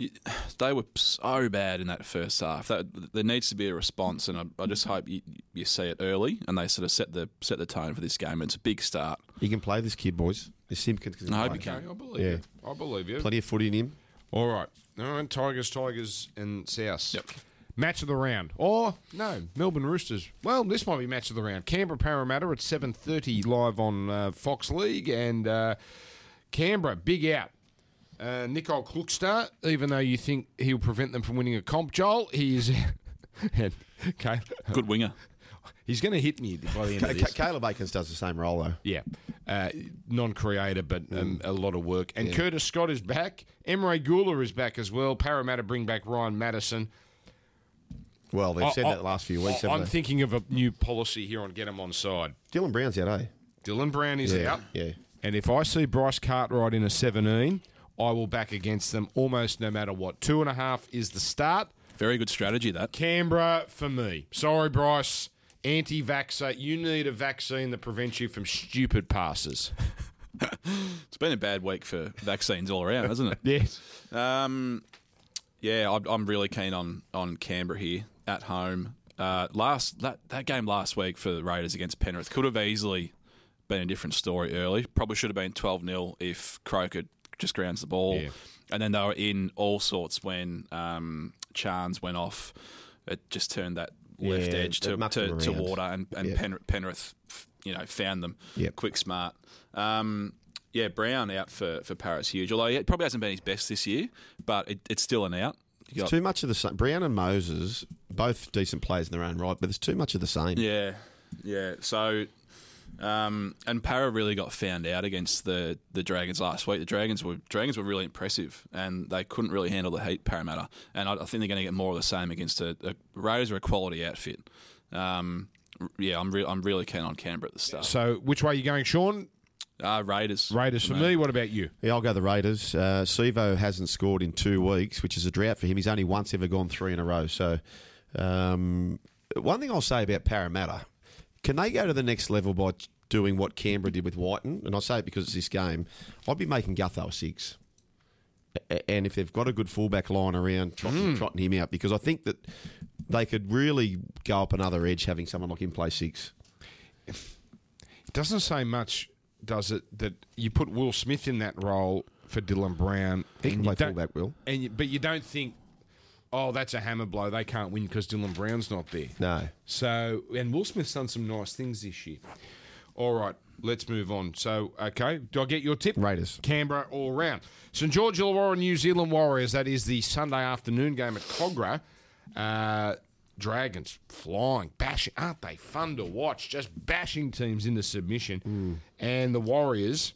B: y- they were so bad in that first half. That, there needs to be a response, and I, I just hope you, you see it early, and they sort of set the set the tone for this game. It's a big start.
C: He can play this kid, boys. This Simpkins can
B: I hope
C: play.
B: he can.
A: Okay, I believe
C: Yeah.
A: you. I believe you.
C: Plenty of foot in him.
A: All right. All right. Tigers, Tigers, and South. Yep. Match of the round, or no, Melbourne Roosters. Well, this might be match of the round. Canberra Parramatta at seven thirty live on uh, Fox League, and uh, Canberra big out. Uh, Nicole Klukstar, even though you think he'll prevent them from winning a comp, Joel, he is. <laughs> and, okay,
B: Good winger.
A: he's going to hit me by the end <laughs> of
C: Ca-
A: this.
C: Caleb Aikens does the same role, though.
A: Yeah, uh, non-creator, but
C: Mm.
A: um, a lot of work. And Curtis Scott is back. Emre Gula is back as well. Parramatta bring back Ryan Madison.
C: Well,
B: Oh,
C: they've
A: I-
C: said
A: I-
C: that the last few weeks,
A: I-
C: haven't
A: I'm
C: they?
A: thinking of a new policy here on get them on side.
C: Dylan Brown's out, eh?
A: Dylan Brown is
C: Yeah.
A: out.
C: Yeah.
A: And if I see Bryce Cartwright in a 17, I will back against them almost no matter what. Two and a half is the start.
B: Very good strategy that.
A: Canberra for me. Sorry, Bryce. Anti-vaxxer. You need a vaccine that prevents you from stupid passes.
B: It's been a bad week for vaccines all around, hasn't it?
A: Yes.
B: Um, yeah, I'm, I'm really keen on on Canberra here at home. Uh, last that that game last week for the Raiders against Penrith could have easily been a different story early. Probably should have been 12 0 if Croker just grounds the ball.
A: Yeah.
B: And then they were in all sorts when um, Chance went off. It just turned that left
C: Yeah,
B: edge to,
C: it mucked
B: to,
C: them
B: to
C: around.
B: water, and, and
C: Yeah.
B: Penrith, Penrith, f- you know, found them.
C: Yep.
B: Quick smart. Um, yeah, Brown out for, for Paris Huge, although it probably hasn't been his best this year, but it, it's still an out. You got-
C: Too much of the same. Brown and Moses, both decent players in their own right, but there's too much of the same.
B: Yeah, yeah. So, um, and Para really got found out against the the Dragons last week. The Dragons were Dragons were really impressive, and they couldn't really handle the heat. Parramatta, and I, I think they're going to get more of the same against a, a Raiders are a quality outfit. Um, r- yeah, I'm re- I'm really keen on Canberra at the start.
A: So which way are you going, Sean?
B: Uh, Raiders,
A: Raiders for me. What about you?
C: Yeah, I'll go the Raiders. Uh, Sevo hasn't scored in two weeks, which is a drought for him. He's only once ever gone three in a row. So, um, one thing I'll say about Parramatta, can they go to the next level by t- doing what Canberra did with Whiten? And I say it because it's this game. I'd be making Gutho a six. A- And if they've got a good fullback line around, trotting, trotting him out, because I think that they could really go up another edge having someone like him play six.
A: doesn't say much, does it? That you put Will Smith in that role for Dylan Brown.
C: He can
A: and
C: play
A: you don't-
C: fullback, Will.
A: And you, but you don't think, oh, that's a hammer blow. They can't win because Dylan Brown's not there.
C: No.
A: So and Will Smith's done some nice things this year. All right, let's move on. So okay, do I get your tip?
C: Raiders.
A: Canberra all round. St George Illawarra, New Zealand Warriors. That is the Sunday afternoon game at Cogra. Uh, Dragons flying, bashing. Aren't they fun to watch? Just bashing teams into submission. And the Warriors.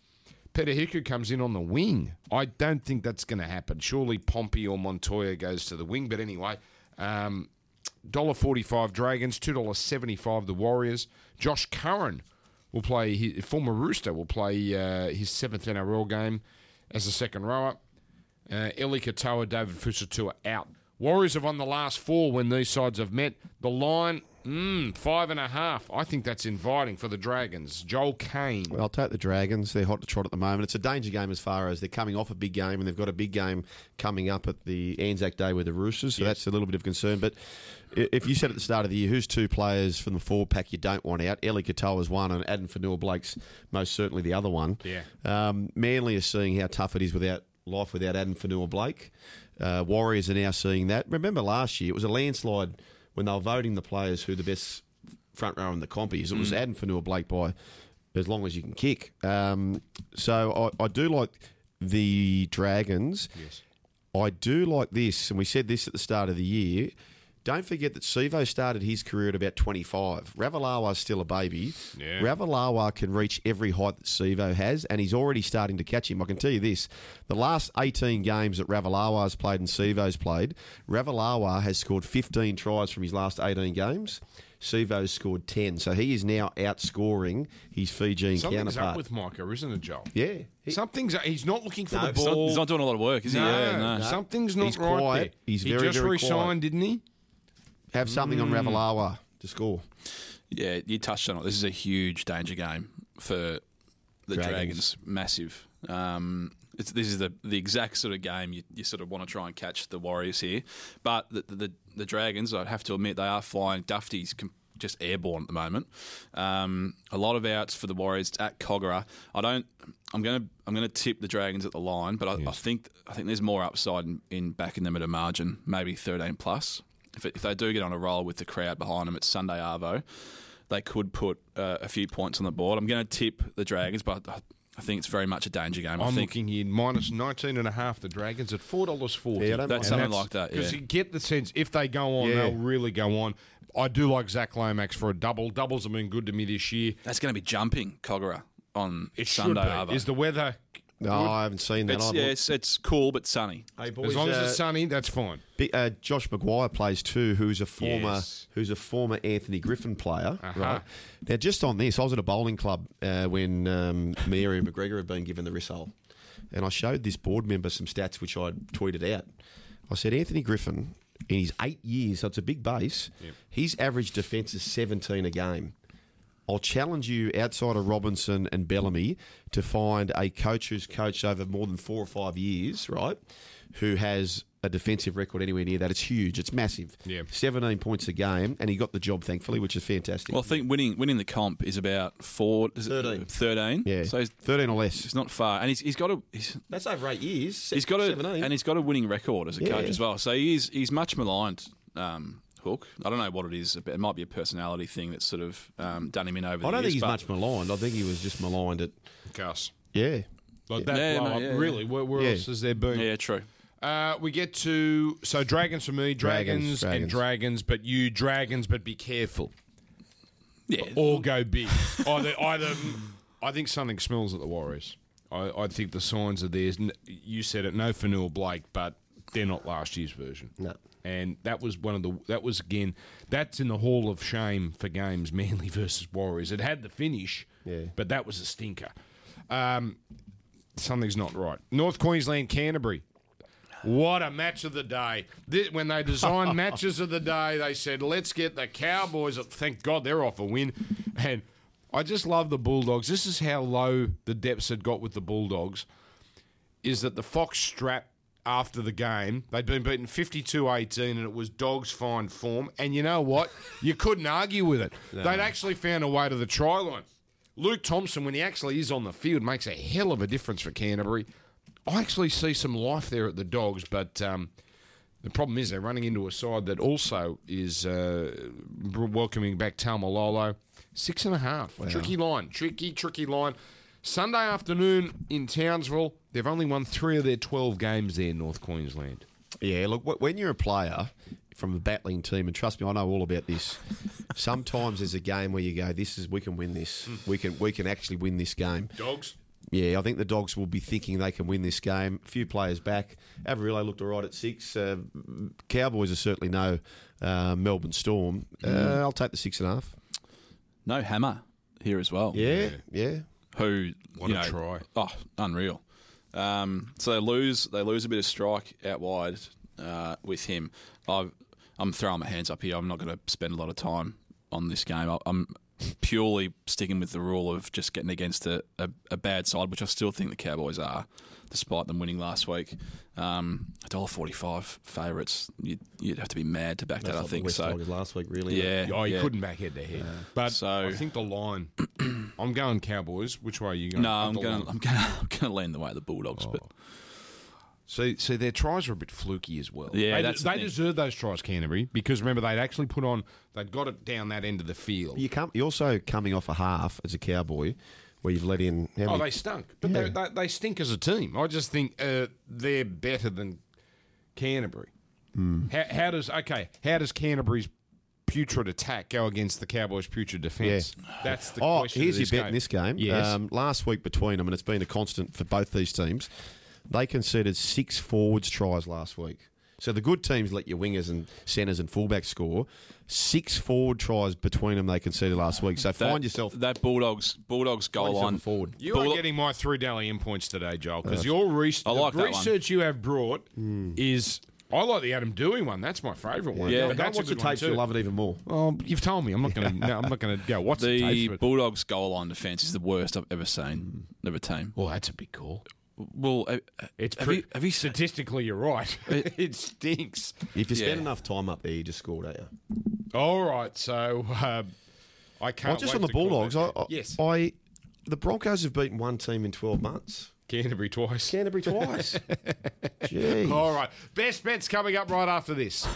A: Peter Hicker comes in on the wing. I don't think that's going to happen. Surely Pompey or Montoya goes to the wing. But anyway, um, $1.45 Dragons, $2.75 the Warriors. Josh Curran will play, his, former Rooster, will play uh, his seventh NRL game as a second rower. Uh, Eli Katoa, David Fusatua out. Warriors have won the last four when these sides have met. The line, mm, five and a half. I think that's inviting for the Dragons. Joel Kane.
C: Well, I'll take the Dragons. They're hot to trot at the moment. It's a danger game as far as they're coming off a big game, and they've got a big game coming up at the Anzac Day with the Roosters, so that's a little bit of concern. But i- if you said at the start of the year, who's two players from the forward pack you don't want out? Ellie Katoa is one, and Adam Fanua Blake's most certainly the other one.
A: Yeah.
C: Um, Manly is seeing how tough it is without life without Adam Fanua Blake. Uh, Warriors are now seeing that. Remember last year, it was a landslide when they were voting the players who the best front row in the comp is. It was Adam Fanua Blake by as long as you can kick. Um, so I, I do like the Dragons. Yes. I do like this, and we said this at the start of the year. Don't forget that Sivo started his career at about 25. Ravalawa's still a baby.
A: Yeah.
C: Ravalawa can reach every height that Sivo has, and he's already starting to catch him. I can tell you this the last 18 games that Ravalawa's played and Sivo's played, Ravalawa has scored 15 tries from his last 18 games. Sivo's scored 10. So he is now outscoring his Fijian
A: Something's
C: counterpart.
A: up with Micah, isn't it, Joel?
C: yeah. He-
A: Something's he's not looking for
C: No,
A: the
C: it's
A: ball.
B: He's not, he's not doing a lot of work, is he?
A: no,
B: yeah, no.
A: something's not
C: He's
A: right.
C: quiet.
A: There.
C: He's
A: he
C: very,
A: just
C: very
A: resigned,
C: quiet.
A: didn't he?
C: have something
A: Hmm.
C: on Ravalawa to score.
B: Yeah, you touched on it. This is a huge danger game for the
C: Dragons.
B: Dragons. Massive. Um, it's, this is the, the exact sort of game you, you sort of want to try and catch the Warriors here. But the, the, the Dragons, I'd have to admit, they are flying. Dufty's com- just airborne at the moment. Um, a lot of outs for the Warriors at Cogra. I don't. I'm gonna I'm gonna tip the Dragons at the line, but I, I think I think there's more upside in, in backing them at a margin, maybe 13 plus. If, it, if they do get on a roll with the crowd behind them, it's Sunday Arvo they could put uh, a few points on the board. I'm going to tip the Dragons, but I I think it's very much a danger game. I
A: I'm
B: think
A: looking here minus 19 and a half the Dragons at four dollars forty.
C: Yeah, I don't
B: That's
C: mind
B: something like that.
A: Because
B: Yeah.
A: you get the sense if they go on,
C: Yeah.
A: they'll really go on. I do like Zach Lomax for a double. Doubles have been good to me this year.
B: That's going to be jumping Cogra on
A: It
B: Sunday.
A: should be.
B: Arvo.
A: Is the weather?
C: No, I haven't seen that.
B: it's,
C: I've
B: yeah,
C: looked-
B: it's, it's cool but sunny.
C: Hey boys,
A: As long
C: uh,
A: as it's sunny, that's fine.
C: Bi- uh, Josh McGuire plays too, who's a former
A: Yes. Uh-huh.
C: who's a former Anthony Griffin player, right? Now, just on this, I was at a bowling club uh, when um, Mary and McGregor had been given the rissole, and I showed this board member some stats which I would tweeted out. I said Anthony Griffin in his eight years, so it's a big base. His average defence is seventeen a game. I'll challenge you outside of Robinson and Bellamy to find a coach who's coached over more than four or five years, right? Who has a defensive record anywhere near that. It's huge. It's massive.
A: Yeah.
C: 17 points a game, and he got the job, thankfully, which is fantastic.
B: Well, I think winning winning the comp is about four, is it
C: 13.
B: 13?
C: yeah.
B: So he's,
C: 13 or less.
B: it's not far, and he's, he's got a he's,
C: That's over eight years.
B: he's got a and he's got a winning record as a coach
C: Yeah.
B: as well. So he's he's much maligned. Um, Hook. I don't know what it is. It might be a personality thing that's sort of um, done him in over. the
C: I don't
B: years,
C: think he's
B: but-
C: much maligned. I think he was just maligned at.
A: Gus.
C: Yeah.
A: Like that
B: Yeah,
A: blow
B: no,
A: up,
B: yeah,
A: really. Where, where
C: Yeah.
A: else has there been?
B: Yeah, true.
A: Uh, we get to so dragons for me, dragons,
C: Dragons,
A: and
C: dragons.
A: dragons, but you dragons, but be careful
B: Yeah,
A: or go big. either, either, I think something smells at the Warriors. I, I think the signs are there. N- You said it, no Fanua Blake, but they're not last year's version.
C: No.
A: And that was one of the that was again that's in the hall of shame for games Manly <laughs> versus Warriors. It had the finish,
C: Yeah.
A: but that was a stinker. Um, something's not right. North Queensland Canterbury. What a match of the day. Thi- when they designed matches of the day, they said, let's get the Cowboys. Thank God they're off a win. And I just love the Bulldogs. This is how low the depths had got with the Bulldogs, is that the Fox strap after the game, they'd been beaten 52-18 and it was dogs fine form. And you know what? you couldn't argue with it. They'd actually found a way to the try line. Luke Thompson, when he actually is on the field, makes a hell of a difference for Canterbury. I actually see some life there at the Dogs, but um, the problem is they're running into a side that also is uh, br- welcoming back Talmalolo. Six and a half. Tricky line. Tricky, tricky line. Sunday afternoon in Townsville. They've only won three of their 12 games there in North Queensland.
C: Yeah, look, wh- when you're a player from a battling team, and trust me, I know all about this. <laughs> Sometimes there's a game where you go, "This is we can win this. We can we can actually win this game."
A: Dogs?
C: Yeah, I think the Dogs will be thinking they can win this game. A few players back. Avarillo looked all right at six. Uh, Cowboys are certainly no uh, Melbourne Storm. Uh, I'll take the six and a half.
B: no hammer here as well.
C: Yeah, yeah.
B: who
A: What
B: you
A: a
B: know,
A: try.
B: Oh, unreal. Um, so they lose. They lose a bit of strike out wide uh, with him. I've, I'm throwing my hands up here. I'm not going to spend a lot of time on this game. I, I'm purely sticking with the rule of just getting against a, a, a bad side, which I still think the Cowboys are, despite them winning last week. Um, $1.45 favourites. You'd, you'd have to be mad to back that. I
C: the
B: think
C: West
B: so.
C: Tigers last week, really.
B: Yeah.
A: Oh, you
B: yeah.
A: couldn't back head to head. But
B: So-
A: I think the
B: <clears throat>
A: line. I'm going Cowboys. Which way are you going?
B: No, I'm
A: The
B: going.
A: line.
B: I'm going. <laughs> I'm going to lean the way of the Bulldogs,
A: Oh.
B: but
A: See, see, their tries were a bit fluky as well.
B: Yeah,
A: they,
B: that's the
A: they
B: thing.
A: deserve those tries, Canterbury, because remember they'd actually put on, they'd got it down that end of the field.
C: You come. You're also coming off a half as a Cowboy, where you've let in. How
A: Oh,
C: many-
A: they stunk, but they, they, they stink as a team. I just think uh, they're better than Canterbury.
C: Hmm.
A: How, how does okay? How does Canterbury's putrid attack go against the Cowboys' putrid defence? That's the
C: oh,
A: question. of
C: here's your
A: this
C: bet
A: game.
C: in this game.
A: Yes.
C: Um, last week between them, and it's been a constant for both these teams, they conceded six forwards tries last week. So the good teams let your wingers and centres and fullbacks score. Six forward tries between them they conceded last week. So
B: That-
C: find yourself
B: that Bulldogs Bulldogs goal
C: find yourself
B: line
C: a forward.
A: You
B: Bull-
A: are getting my three Dalian points today, Joel, because your re-
B: I like
A: the
B: that one.
A: research you have brought
C: Hmm.
A: is. I like the Adam Dewey one. That's my favourite one.
B: Yeah.
A: But
B: Go
A: that's a
C: watch the
A: good one
C: tapes. You'll
A: too.
C: love it
A: <laughs>
C: even more.
A: Oh, you've told me. I'm not
C: <laughs>
A: going to. No, I'm not going to go watch the,
B: The
A: tapes. but-
B: Bulldogs goal line defense is the worst I've ever seen of a team.
A: Well, that's a big call.
B: Well, uh, uh,
A: It's
B: have
A: pre-
B: you, have you seen?
A: statistically, you're right. <laughs> It, stinks.
C: If you spend
B: Yeah.
C: enough time up there, you just scored, don't you?
A: All right, so um, I can't.
C: Well, just
A: wait
C: on the
A: to call
C: Bulldogs, I,
A: that.
C: I,
A: yes,
C: I the Broncos have beaten one team in twelve months.
A: Canterbury twice.
C: Canterbury <laughs> twice. Gee.
A: All right, best bets coming up right after this.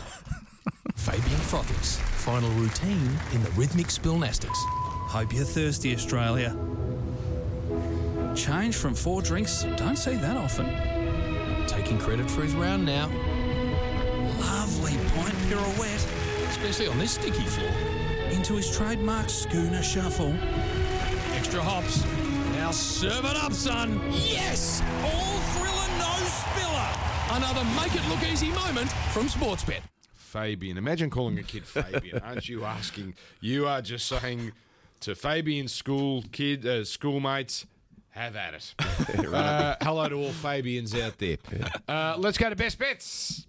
E: Fabian Frothicks, final routine in the rhythmic spillnastics.
F: Hope you're thirsty, Australia.
E: Change from four drinks, don't see that often. Taking credit for his round now. Lovely pint pirouette, especially on this sticky floor. Into his trademark schooner shuffle. Extra hops. Now serve it up, son. Yes! All thriller, no spiller. Another make it look easy moment from Sportsbet.
A: Fabian, imagine calling a kid Fabian. Aren't you asking? You are just saying to Fabian's school kid, uh, schoolmates. Have at <laughs> it. Uh, hello to all Fabians out there. Uh, let's go to best bets.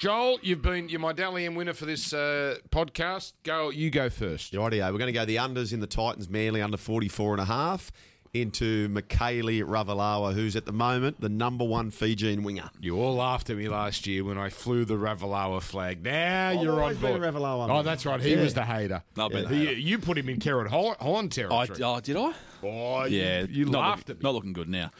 A: Joel, you've been you're my Dalian winner for this uh, podcast. Go, you go first.
C: Rightio, we're going to go the unders in the Titans, Manly under 44 and a half, into Michaeli Ravalawa, who's at the moment the number one Fijian winger.
A: You all laughed at me last year when I flew the Ravalawa flag. Now you're on
C: always been
A: board.
C: a Ravalawa
A: oh,
C: man.
A: that's right. He
C: Yeah.
A: was the hater.
B: I've been the
A: He- You put him in Carrot Hol- Holland
B: I,
A: territory.
B: oh, did I?
A: oh, you-
B: Yeah,
A: you,
B: not
A: laughed
B: looking,
A: at me.
B: Not looking good now.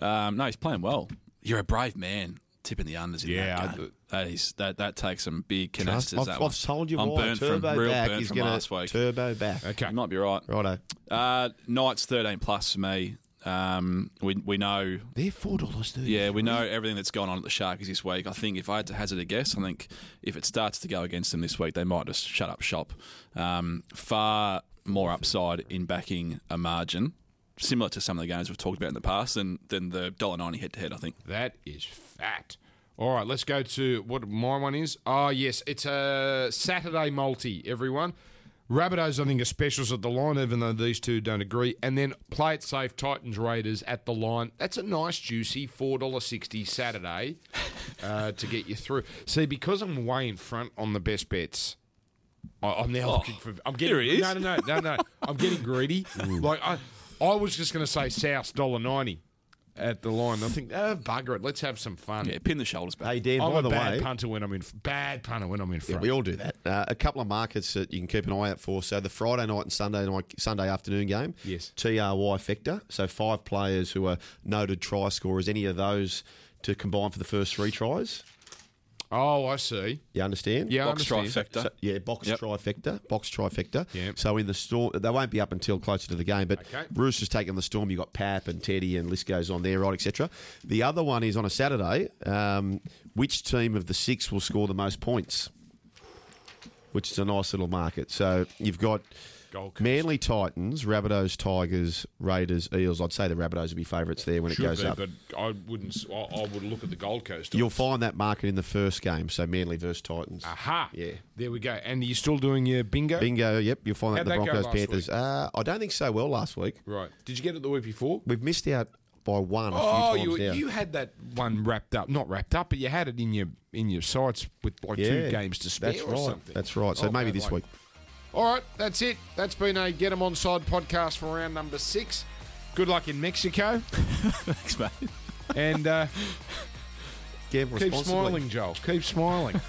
B: Um, no, he's playing well. You're a brave man. Tipping the unders in
A: Yeah, I
B: that game.
A: do.
B: That is that that takes some big
C: I've,
B: canisters. that
C: I've
B: one.
C: told you
B: I'm
C: why.
B: burnt
C: turbo
B: from real
C: back
B: burnt
C: is
B: from
C: gonna-
B: last week.
C: Turbo back.
A: Okay.
B: you might be right.
C: Righto.
B: Uh, Knights thirteen plus for me. Um, we we know
C: They're four dollars thirty.
B: Yeah, we know everything that's gone on at the Sharkies this week. I think if I had to hazard a guess, I think if it starts to go against them this week, they might just shut up shop. Um, far more upside in backing a margin, similar to some of the games we've talked about in the past, than, than the $1.90 head to head, I think.
A: That is fat. All right, let's go to what my one is. Ah, yes, it's a Saturday multi, everyone. Rabbitohs, I think, are specials at the line, even though these two don't agree. And then play it safe, Titans Raiders at the line. That's a nice, juicy $4.60 Saturday uh, to get you through. See, because I'm way in front on the best bets, I- I'm now looking for. I'm getting.
B: Oh, here he is.
A: No, no, no, no, no. I'm getting
C: <laughs>
A: greedy.
C: Mm.
A: like I, I was just going to say South dollar ninety at the line. I think oh, bugger it. Let's have some fun.
B: Yeah, pin the shoulders back.
C: Hey Dan,
A: I'm
C: by
A: a
C: the
A: bad
C: way,
A: punter when I'm in. Bad punter when I'm in
C: Yeah,
A: front.
C: we all do that. Uh, a couple of markets that you can keep an eye out for. So the Friday night and Sunday night, Sunday afternoon game.
A: Yes.
C: Try Fector. So five players who are noted try scorers. Any of those to combine for the first three tries.
A: oh, I see.
C: You understand?
A: Yeah,
B: Box
A: I understand.
B: trifecta.
C: So, yeah, box
B: Yep.
C: trifecta, box trifecta.
A: Yep.
C: So in the storm, they won't be up until closer to the game. But
A: Okay.
C: Roosters taking the storm. You have got Pap and Teddy and list goes on there, right, etc. The other one is on a Saturday. Um, which team of the six will score the most points? Which is a nice little market. So you've got
A: Gold Coast.
C: Manly Titans, Rabbitohs, Tigers, Raiders, Eels. I'd say the Rabbitohs would be favourites there when it
A: Should
C: goes
A: be,
C: up.
A: but I wouldn't. s- I, I would look at the Gold Coast.
C: You'll find that market in the first game. So Manly versus Titans.
A: Aha.
C: Yeah.
A: There we go. And are you still doing your bingo?
C: Bingo. Yep, you'll find
A: How'd
C: that in
A: that
C: the
A: go
C: Broncos
A: last week?
C: Panthers. Uh, I don't think so well last week.
A: Right. Did you get it the week before?
C: We've missed out by one. A
A: Oh,
C: few times
A: you
C: now.
A: you had that one wrapped up, not wrapped up, but you had it in your in your sights with like two
C: Yeah.
A: games to spare
C: That's
A: or
C: right.
A: something.
C: That's right. So
A: Oh,
C: maybe
A: bad
C: this
A: luck.
C: week.
A: All right, that's it. That's been a Get 'Em On Side podcast for round number six. Good luck in Mexico,
B: <laughs> Thanks, mate.
A: and uh,
C: Gamble <laughs>
A: keep
C: responsibly.
A: smiling, Joel. Keep smiling.